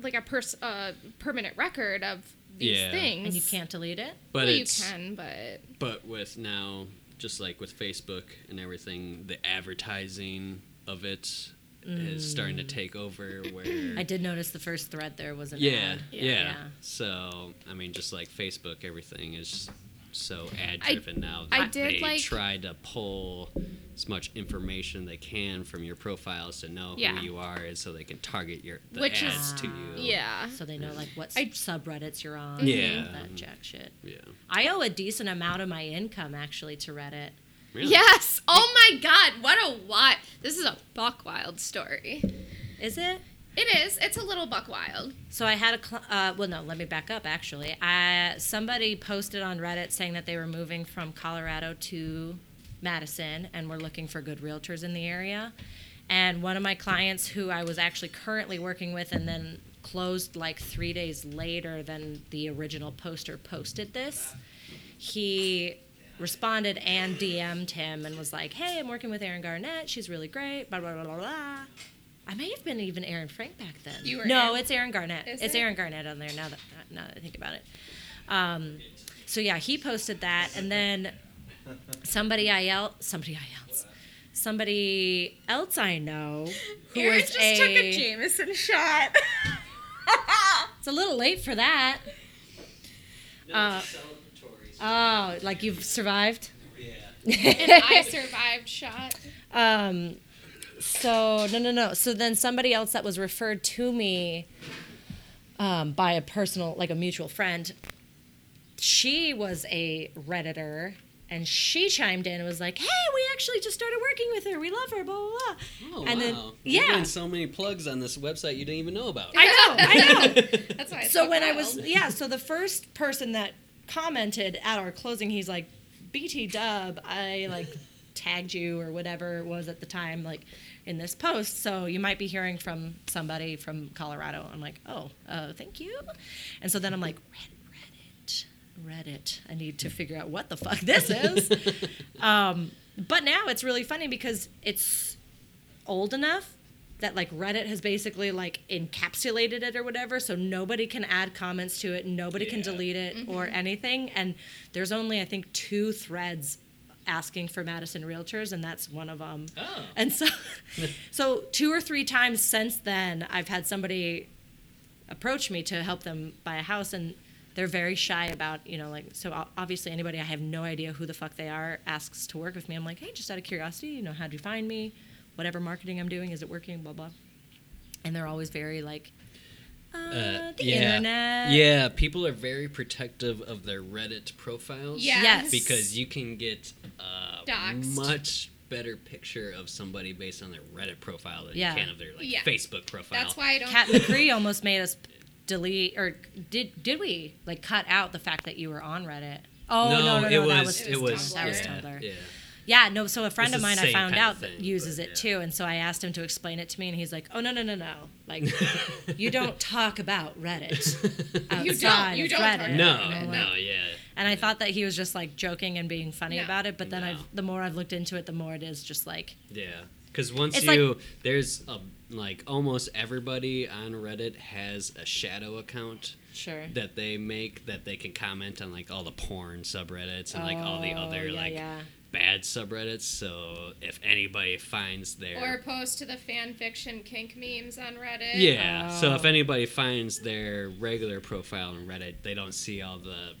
like a pers- uh, permanent record of these Yeah. things. And you can't delete it? but well, you it's can, but but with now just like with Facebook and everything, the advertising of it is starting Mm. to take over. Where I did notice the first thread there was an Yeah, ad. yeah. Yeah. So I mean, just like Facebook, everything is so ad I- driven now. I that did they like- try to pull as much information they can from your profiles to know Yeah. who you are, and so they can target your the Which is- ads to you. yeah. So they know like what I- subreddits you're on. Yeah. and all That jack shit. Yeah. I owe a decent amount of my income actually to Reddit. Really? Yes. Oh my God. What a what. This is a buck wild story. Is it? It is. It's a little buck wild. So I had a cl- uh, well, no, let me back up. Actually, I, somebody posted on Reddit saying that they were moving from Colorado to Madison and were looking for good realtors in the area. And one of my clients, who I was actually currently working with, and then closed like three days later than the original poster posted this, he responded and DM'd him and was like, "Hey, I'm working with Erin Garnett. She's really great." Blah blah blah blah blah. I may have been even Aaron Frank back then. You were no, Aaron- it's Aaron Garnett. Is it's it? Aaron Garnett on there now that now that I think about it. Um, so yeah, he posted that, and then somebody I yelled, somebody I yelled, somebody else I know who Aaron was just E. took a Jameson shot. It's a little late for that. Uh, oh, like you've survived. I survived shot. Um, so no, no, no. So then somebody else that was referred to me um, by a personal, like a mutual friend, she was a redditor. And she chimed in and was like, "Hey, we actually just started working with her. We love her, blah blah blah." Oh and then wow! You're yeah, doing so many plugs on this website you didn't even know about. I know, I know. That's why. It's so buck when I wild. was yeah, so the first person that commented at our closing, he's like, "BT Dub, I like tagged you or whatever it was at the time, like in this post. So you might be hearing from somebody from Colorado." I'm like, "Oh, uh, thank you." And so then I'm like, Reddit, Reddit, Reddit. I need to figure out what the fuck this is." um, but now it's really funny because it's old enough that like Reddit has basically like encapsulated it or whatever, so nobody can add comments to it, nobody can Yeah. delete it or anything. And there's only I think two threads asking for Madison realtors, and that's one of them. Oh. And so, so two or three times since then, I've had somebody approach me to help them buy a house, and they're very shy about, you know, like, so o- obviously anybody I have no idea who the fuck they are asks to work with me. I'm like, hey, just out of curiosity, you know, how'd you find me? Whatever marketing I'm doing, is it working? Blah, blah. And they're always very like, uh, Uh, the yeah. internet. Yeah, people are very protective of their Reddit profiles. Yeah. Yes. because you can get a Doxed. much better picture of somebody based on their Reddit profile than Yeah. you can of their like Yeah. Facebook profile. That's why I don't. Kat McCree almost made us delete, or did did we like cut out the fact that you were on Reddit? Oh no, no, no, it that was was it was that was yeah, Tumblr. Yeah. Yeah, no. So a friend It's of the mine I same found kind of out thing, that but uses it yeah. too, and so I asked him to explain it to me, and he's like, "Oh no, no, no, no! Like, you don't talk about Reddit outside You don't- you of don't Reddit." talk And No, I'm like- no, yeah. And I thought that he was just like joking and being funny No. about it, but then No. I've the more I've looked into it, the more it is just like Yeah, because once It's like- you there's a like almost everybody on Reddit has a shadow account sure. that they make that they can comment on like all the porn subreddits and like all the Oh, other yeah, like yeah. bad subreddits. So if anybody finds their Or post to the fan fiction kink memes on Reddit. yeah, so if Oh. anybody finds their regular profile on Reddit, they don't see all the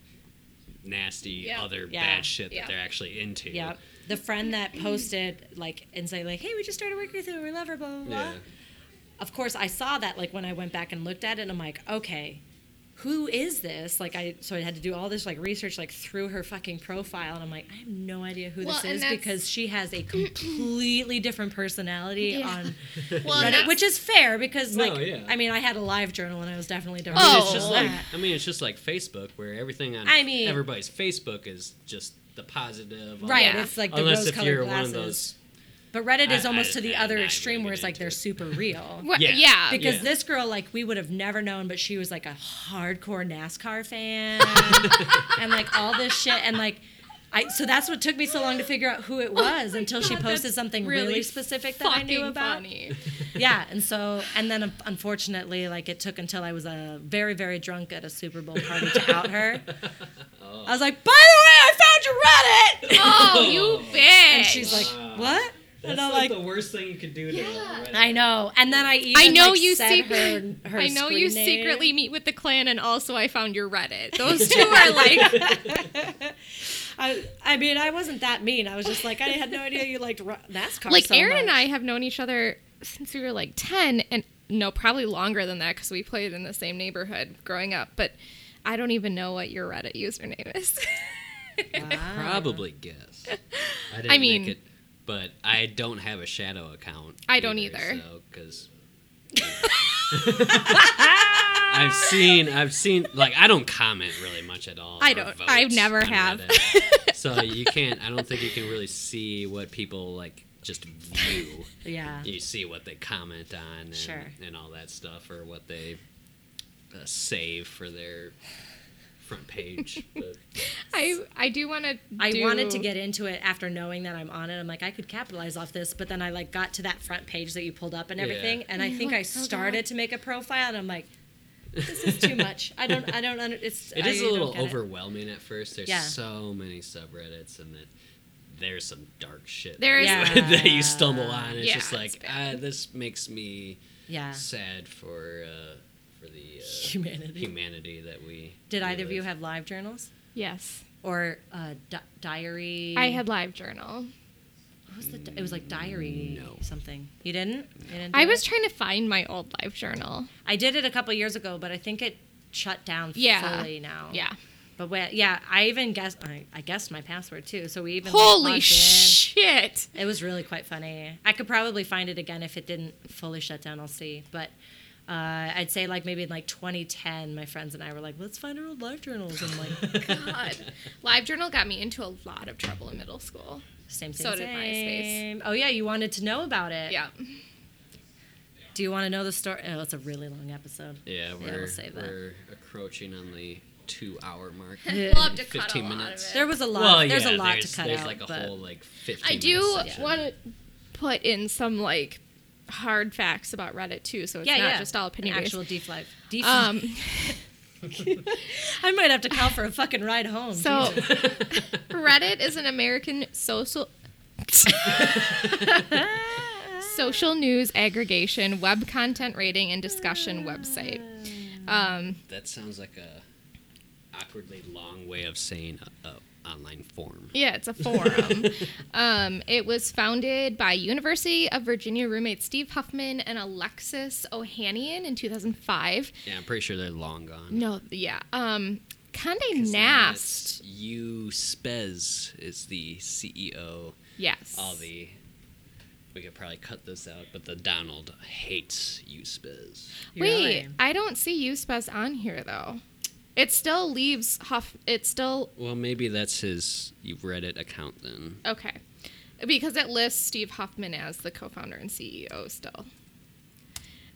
nasty Yeah. other Yeah. bad shit Yeah. that they're actually into. Yep. The friend that posted like and say like, "Hey, we just started working with you. We love her." Blah blah blah. Yeah. Of course, I saw that like when I went back and looked at it, and I'm like, okay, who is this? Like I so I had to do all this like research like through her fucking profile, and I'm like, I have no idea who Well, this and is that's- because she has a completely different personality Yeah. on Well, and Reddit, that's- which is fair because No, like yeah. I mean I had a live journal and I was definitely different. I Oh, mean, it's just wow. like I mean, it's just like Facebook, where everything on I mean- everybody's Facebook is just the positive, all Right, that. it's like the unless if rose-colored you're one glasses. of those. But Reddit is I- almost I- to the I'm other not extreme really where it's like into they're it. super real. Wha- Yeah. Uh, yeah. Because Yeah. this girl, like, we would have never known, but she was like a hardcore NASCAR fan and like all this shit. And like, I, so that's what took me so long to figure out who it was until she God, posted that's something really really, specific that I fucking knew about. funny. Yeah. And so, and then um, unfortunately, like, it took until I was uh, very, very drunk at a Super Bowl party to out her. I was like, by the way, I found your Reddit. Oh, you bitch! And she's like, what? That's and I'm like, like, the worst thing you could do to Reddit. I know. And then I even I know like, you said sec- her, her I know you screen name. secretly meet with the clan, and also I found your Reddit. Those two are like, I, I mean, I wasn't that mean. I was just like, I had no idea you liked ro- NASCAR. like so Aaron much. and I have known each other since we were like ten, and no, probably longer than that because we played in the same neighborhood growing up. But I don't even know what your Reddit username is. Probably guess. I, didn't I mean- make it, but I don't have a shadow account. I don't either. because I've seen, I've seen, like I don't comment really much at all. I or don't- vote I never on have. Reddit. so you can't. I don't think you can really see what people like just view. Yeah. You see what they comment on and, Sure. and all that stuff, or what they uh, save for their front page. but- I I do want to. I wanted to get into it after knowing that I'm on it. I'm like, I could capitalize off this, but then I like got to that front page that you pulled up and Yeah. everything, and I think look I so started to make a profile, and I'm like, this is too much. I don't, I don't under. It's It I is a don't little get it. overwhelming at first. There's Yeah. so many subreddits, and then there's some dark shit There is- that, you, that you stumble on. It's Yeah, just it's like ah, this makes me Yeah. sad for uh, for the uh, Humanity. humanity that we. Did we either of you live. have live journals Yes, or uh, di- diary? I had live journal. What was the? Di- it was like diary No. something. You didn't? You didn't I do was it? trying to find my old live journal. I did it a couple years ago, but I think it shut down Yeah. fully now. Yeah. But when, yeah, I even guessed. I, I guessed my password too. So we even like, Holy logged in. shit! It was really quite funny. I could probably find it again if it didn't fully shut down. I'll see. But uh, I'd say like maybe in like 2010, my friends and I were like, let's find our old life journals and like God, live journal got me into a lot of trouble in middle school. same, same, So did MySpace. same. Oh yeah, you wanted to know about it. Yeah. Do you want to know the story? Oh, it's a really long episode. Yeah, we'll we're save that. we're encroaching on the two hour mark. We'll have to cut 15 a lot minutes. of it. Uh, There was a lot. well, there's yeah, a lot there's, to cut there's out. like a but- whole like 15. I do minute section. want to put in some like hard facts about Reddit too, so it's not just all An opinion based. Actual deep life. Deep Um, I might have to call for a fucking ride home. so Reddit is an American social social news aggregation, web content rating, and discussion website. Um, That sounds like a awkwardly long way of saying a, a online form. Yeah, it's a forum. um, it was founded by University of Virginia roommate Steve Huffman and Alexis Ohanian in 2005. Yeah, I'm pretty sure they're long gone. No, yeah. Um, Condé Nast. Nast. You Spez is the CEO. Yes. All the we could probably cut this out, but the Donald hates you Spez. Wait, I don't see USPES on here though. It still leaves Huff. It still Well, maybe that's his Reddit account then. okay, because it lists Steve Huffman as the co-founder and CEO still.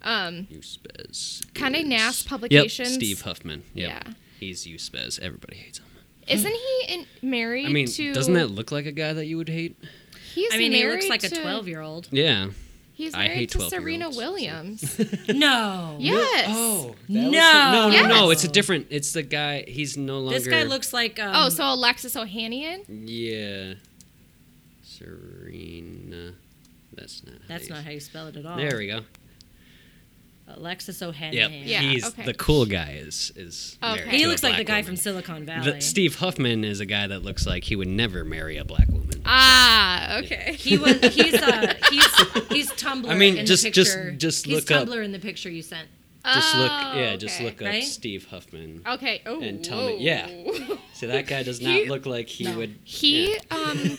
Um, Uspez. Condé is- Nast Publications. Yep, Steve Huffman. Yep. Yeah. Yeah. He's Uspez. Everybody hates him. isn't he in, married? I mean, to, doesn't that look like a guy that you would hate? He's I mean, he married looks like a to- 12 year old. Yeah. He's I married hate to 12 -year-olds, Serena so- Williams. No. yes. Oh. no. No. no, no, no. It's a Uh, Yes. different. It's the guy. He's no longer. This guy looks like. Um, Oh, so Alexis Ohanian. Yeah. Serena. That's not. how That's you- not how you spell it at all. There we go. Alexis Ohanian. Yep. Yeah, He's okay. the cool guy. Is is. Okay. married He He to a looks like the black guy woman. from Silicon Valley. The, Steve Huffman is a guy that looks like he would never marry a black woman. Ah, okay. He was. He's. Uh, he's. He's Tumblr. I mean, in just- the just- picture. just he's look up- Tumblr in the picture you sent. Just look, Oh, yeah, just okay. look up Right? Steve Huffman. Okay. Oh, And tell me- yeah. whoa. So that guy does not Uh, He- look like he No. would. He yeah. um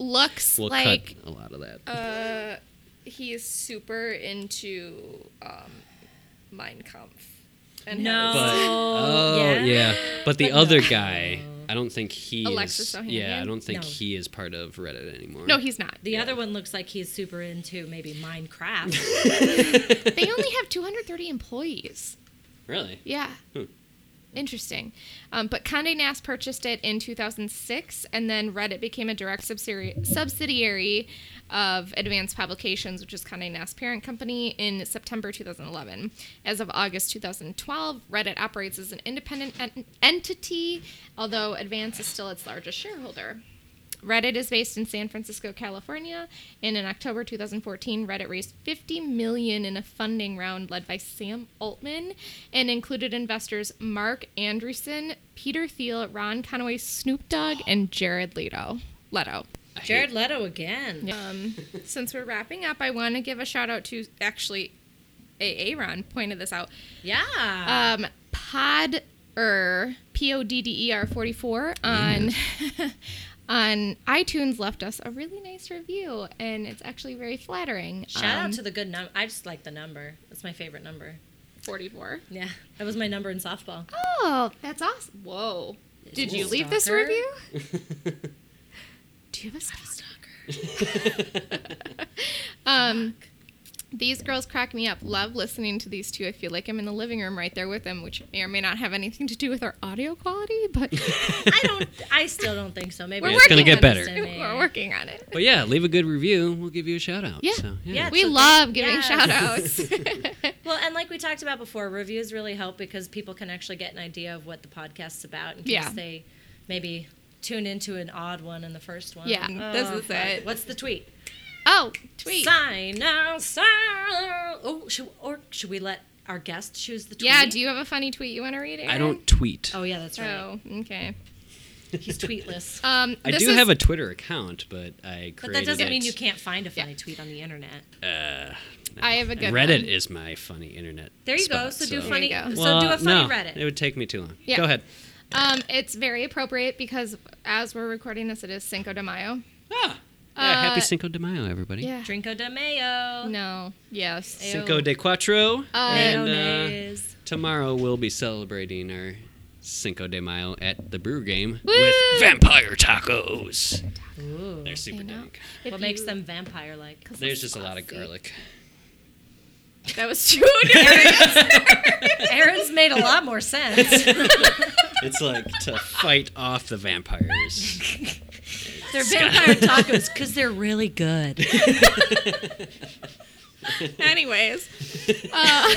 looks we'll like cut a lot of that. uh he's super into um Mein Kampf. And No. but oh yeah. yeah, but the But other no. guy, I don't think he Alexis is. Ohanian? Yeah, I don't think No. he is part of Reddit anymore. has- no, he's not. The other one looks like he's super into maybe Minecraft. They only have 230 employees. really. Yeah. Hmm. Interesting. Um, but Condé Nast purchased it in 2006, and then Reddit became a direct subsidiary, subsidiary of Advanced Publications, which is Condé Nast's parent company, in September 2011. As of August 2012, Reddit operates as an independent en- entity, although Advance is still its largest shareholder. Reddit is based in San Francisco, California, and in October 2014, Reddit raised 50 million in a funding round led by Sam Altman and included investors Mark Andreessen, Peter Thiel, Ron Conway, Snoop Dogg, and Jared Leto. Leto. I Jared hate- Leto again. Um, since we're wrapping up, I want to give a shout out to actually, A. Aaron pointed this out. Yeah. Um, Pod P O D D E R 44 on on iTunes left us a really nice review and it's actually very flattering. Um, Shout Um, out to the good number. I just like the number. That's my favorite number. 44. Yeah, that was my number in softball. Oh, that's awesome. Whoa. Did you Cool. leave this Stalker. review? Do you have a stalker? um, these girls crack me up. Love listening to these two. I feel like I'm in the living room right there with them, which may or may not have anything to do with our audio quality, but I don't. I still don't think so. Maybe We're Yeah, it's gonna working get on better. this. we're working on it. But yeah, leave a good review. We'll give you a shout out. Yeah. So, yeah. Yeah. we so love thank- giving yes. shout outs. Well, and like we talked about before, reviews really help because people can actually get an idea of what the podcast's about in case Yeah. they maybe tune into an odd one in the first one. Oh, Yeah, this is fuck. it. What's the tweet? oh, tweet. Sign now, sign. Oh, should, or should we let our guest choose the tweet? Yeah, do you have a funny tweet you want to read? Aaron? I don't tweet. Oh yeah, that's right. Oh, okay. He's tweetless. Um, I this do is- have a Twitter account, but I created But that doesn't it. mean you can't find a funny Yeah. tweet on the internet. Uh, no. I have a good Reddit one. is my funny internet. There you go. spot, So do so- funny. There you So Well, do a funny no, Reddit. It would take me too long. Yeah. Go ahead. Um, it's very appropriate because as we're recording this, it is Cinco de Mayo. Ah. Yeah, Uh, happy Cinco de Mayo, everybody. Yeah. Drinko de Mayo. No. Yes. Cinco de Cuatro. Oh, and uh, Mayonnaise. tomorrow we'll be celebrating our Cinco de Mayo at the Brew Game Woo! with vampire tacos. Ooh. They're super I know. dank. If What makes you- them vampire like? There's just a lot of garlic. That was too nervous. Aaron's made a lot more sense. It's like to fight off the vampires. they're vampire tacos because they're really good. Anyways. Uh,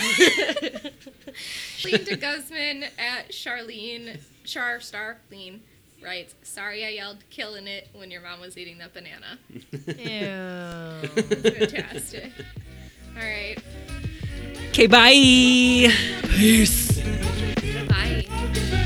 Lean to Guzman at Charlene, Char Star Lean writes, Sorry I yelled killing it when your mom was eating that banana. Fantastic. All right. Okay, bye. Peace. Bye.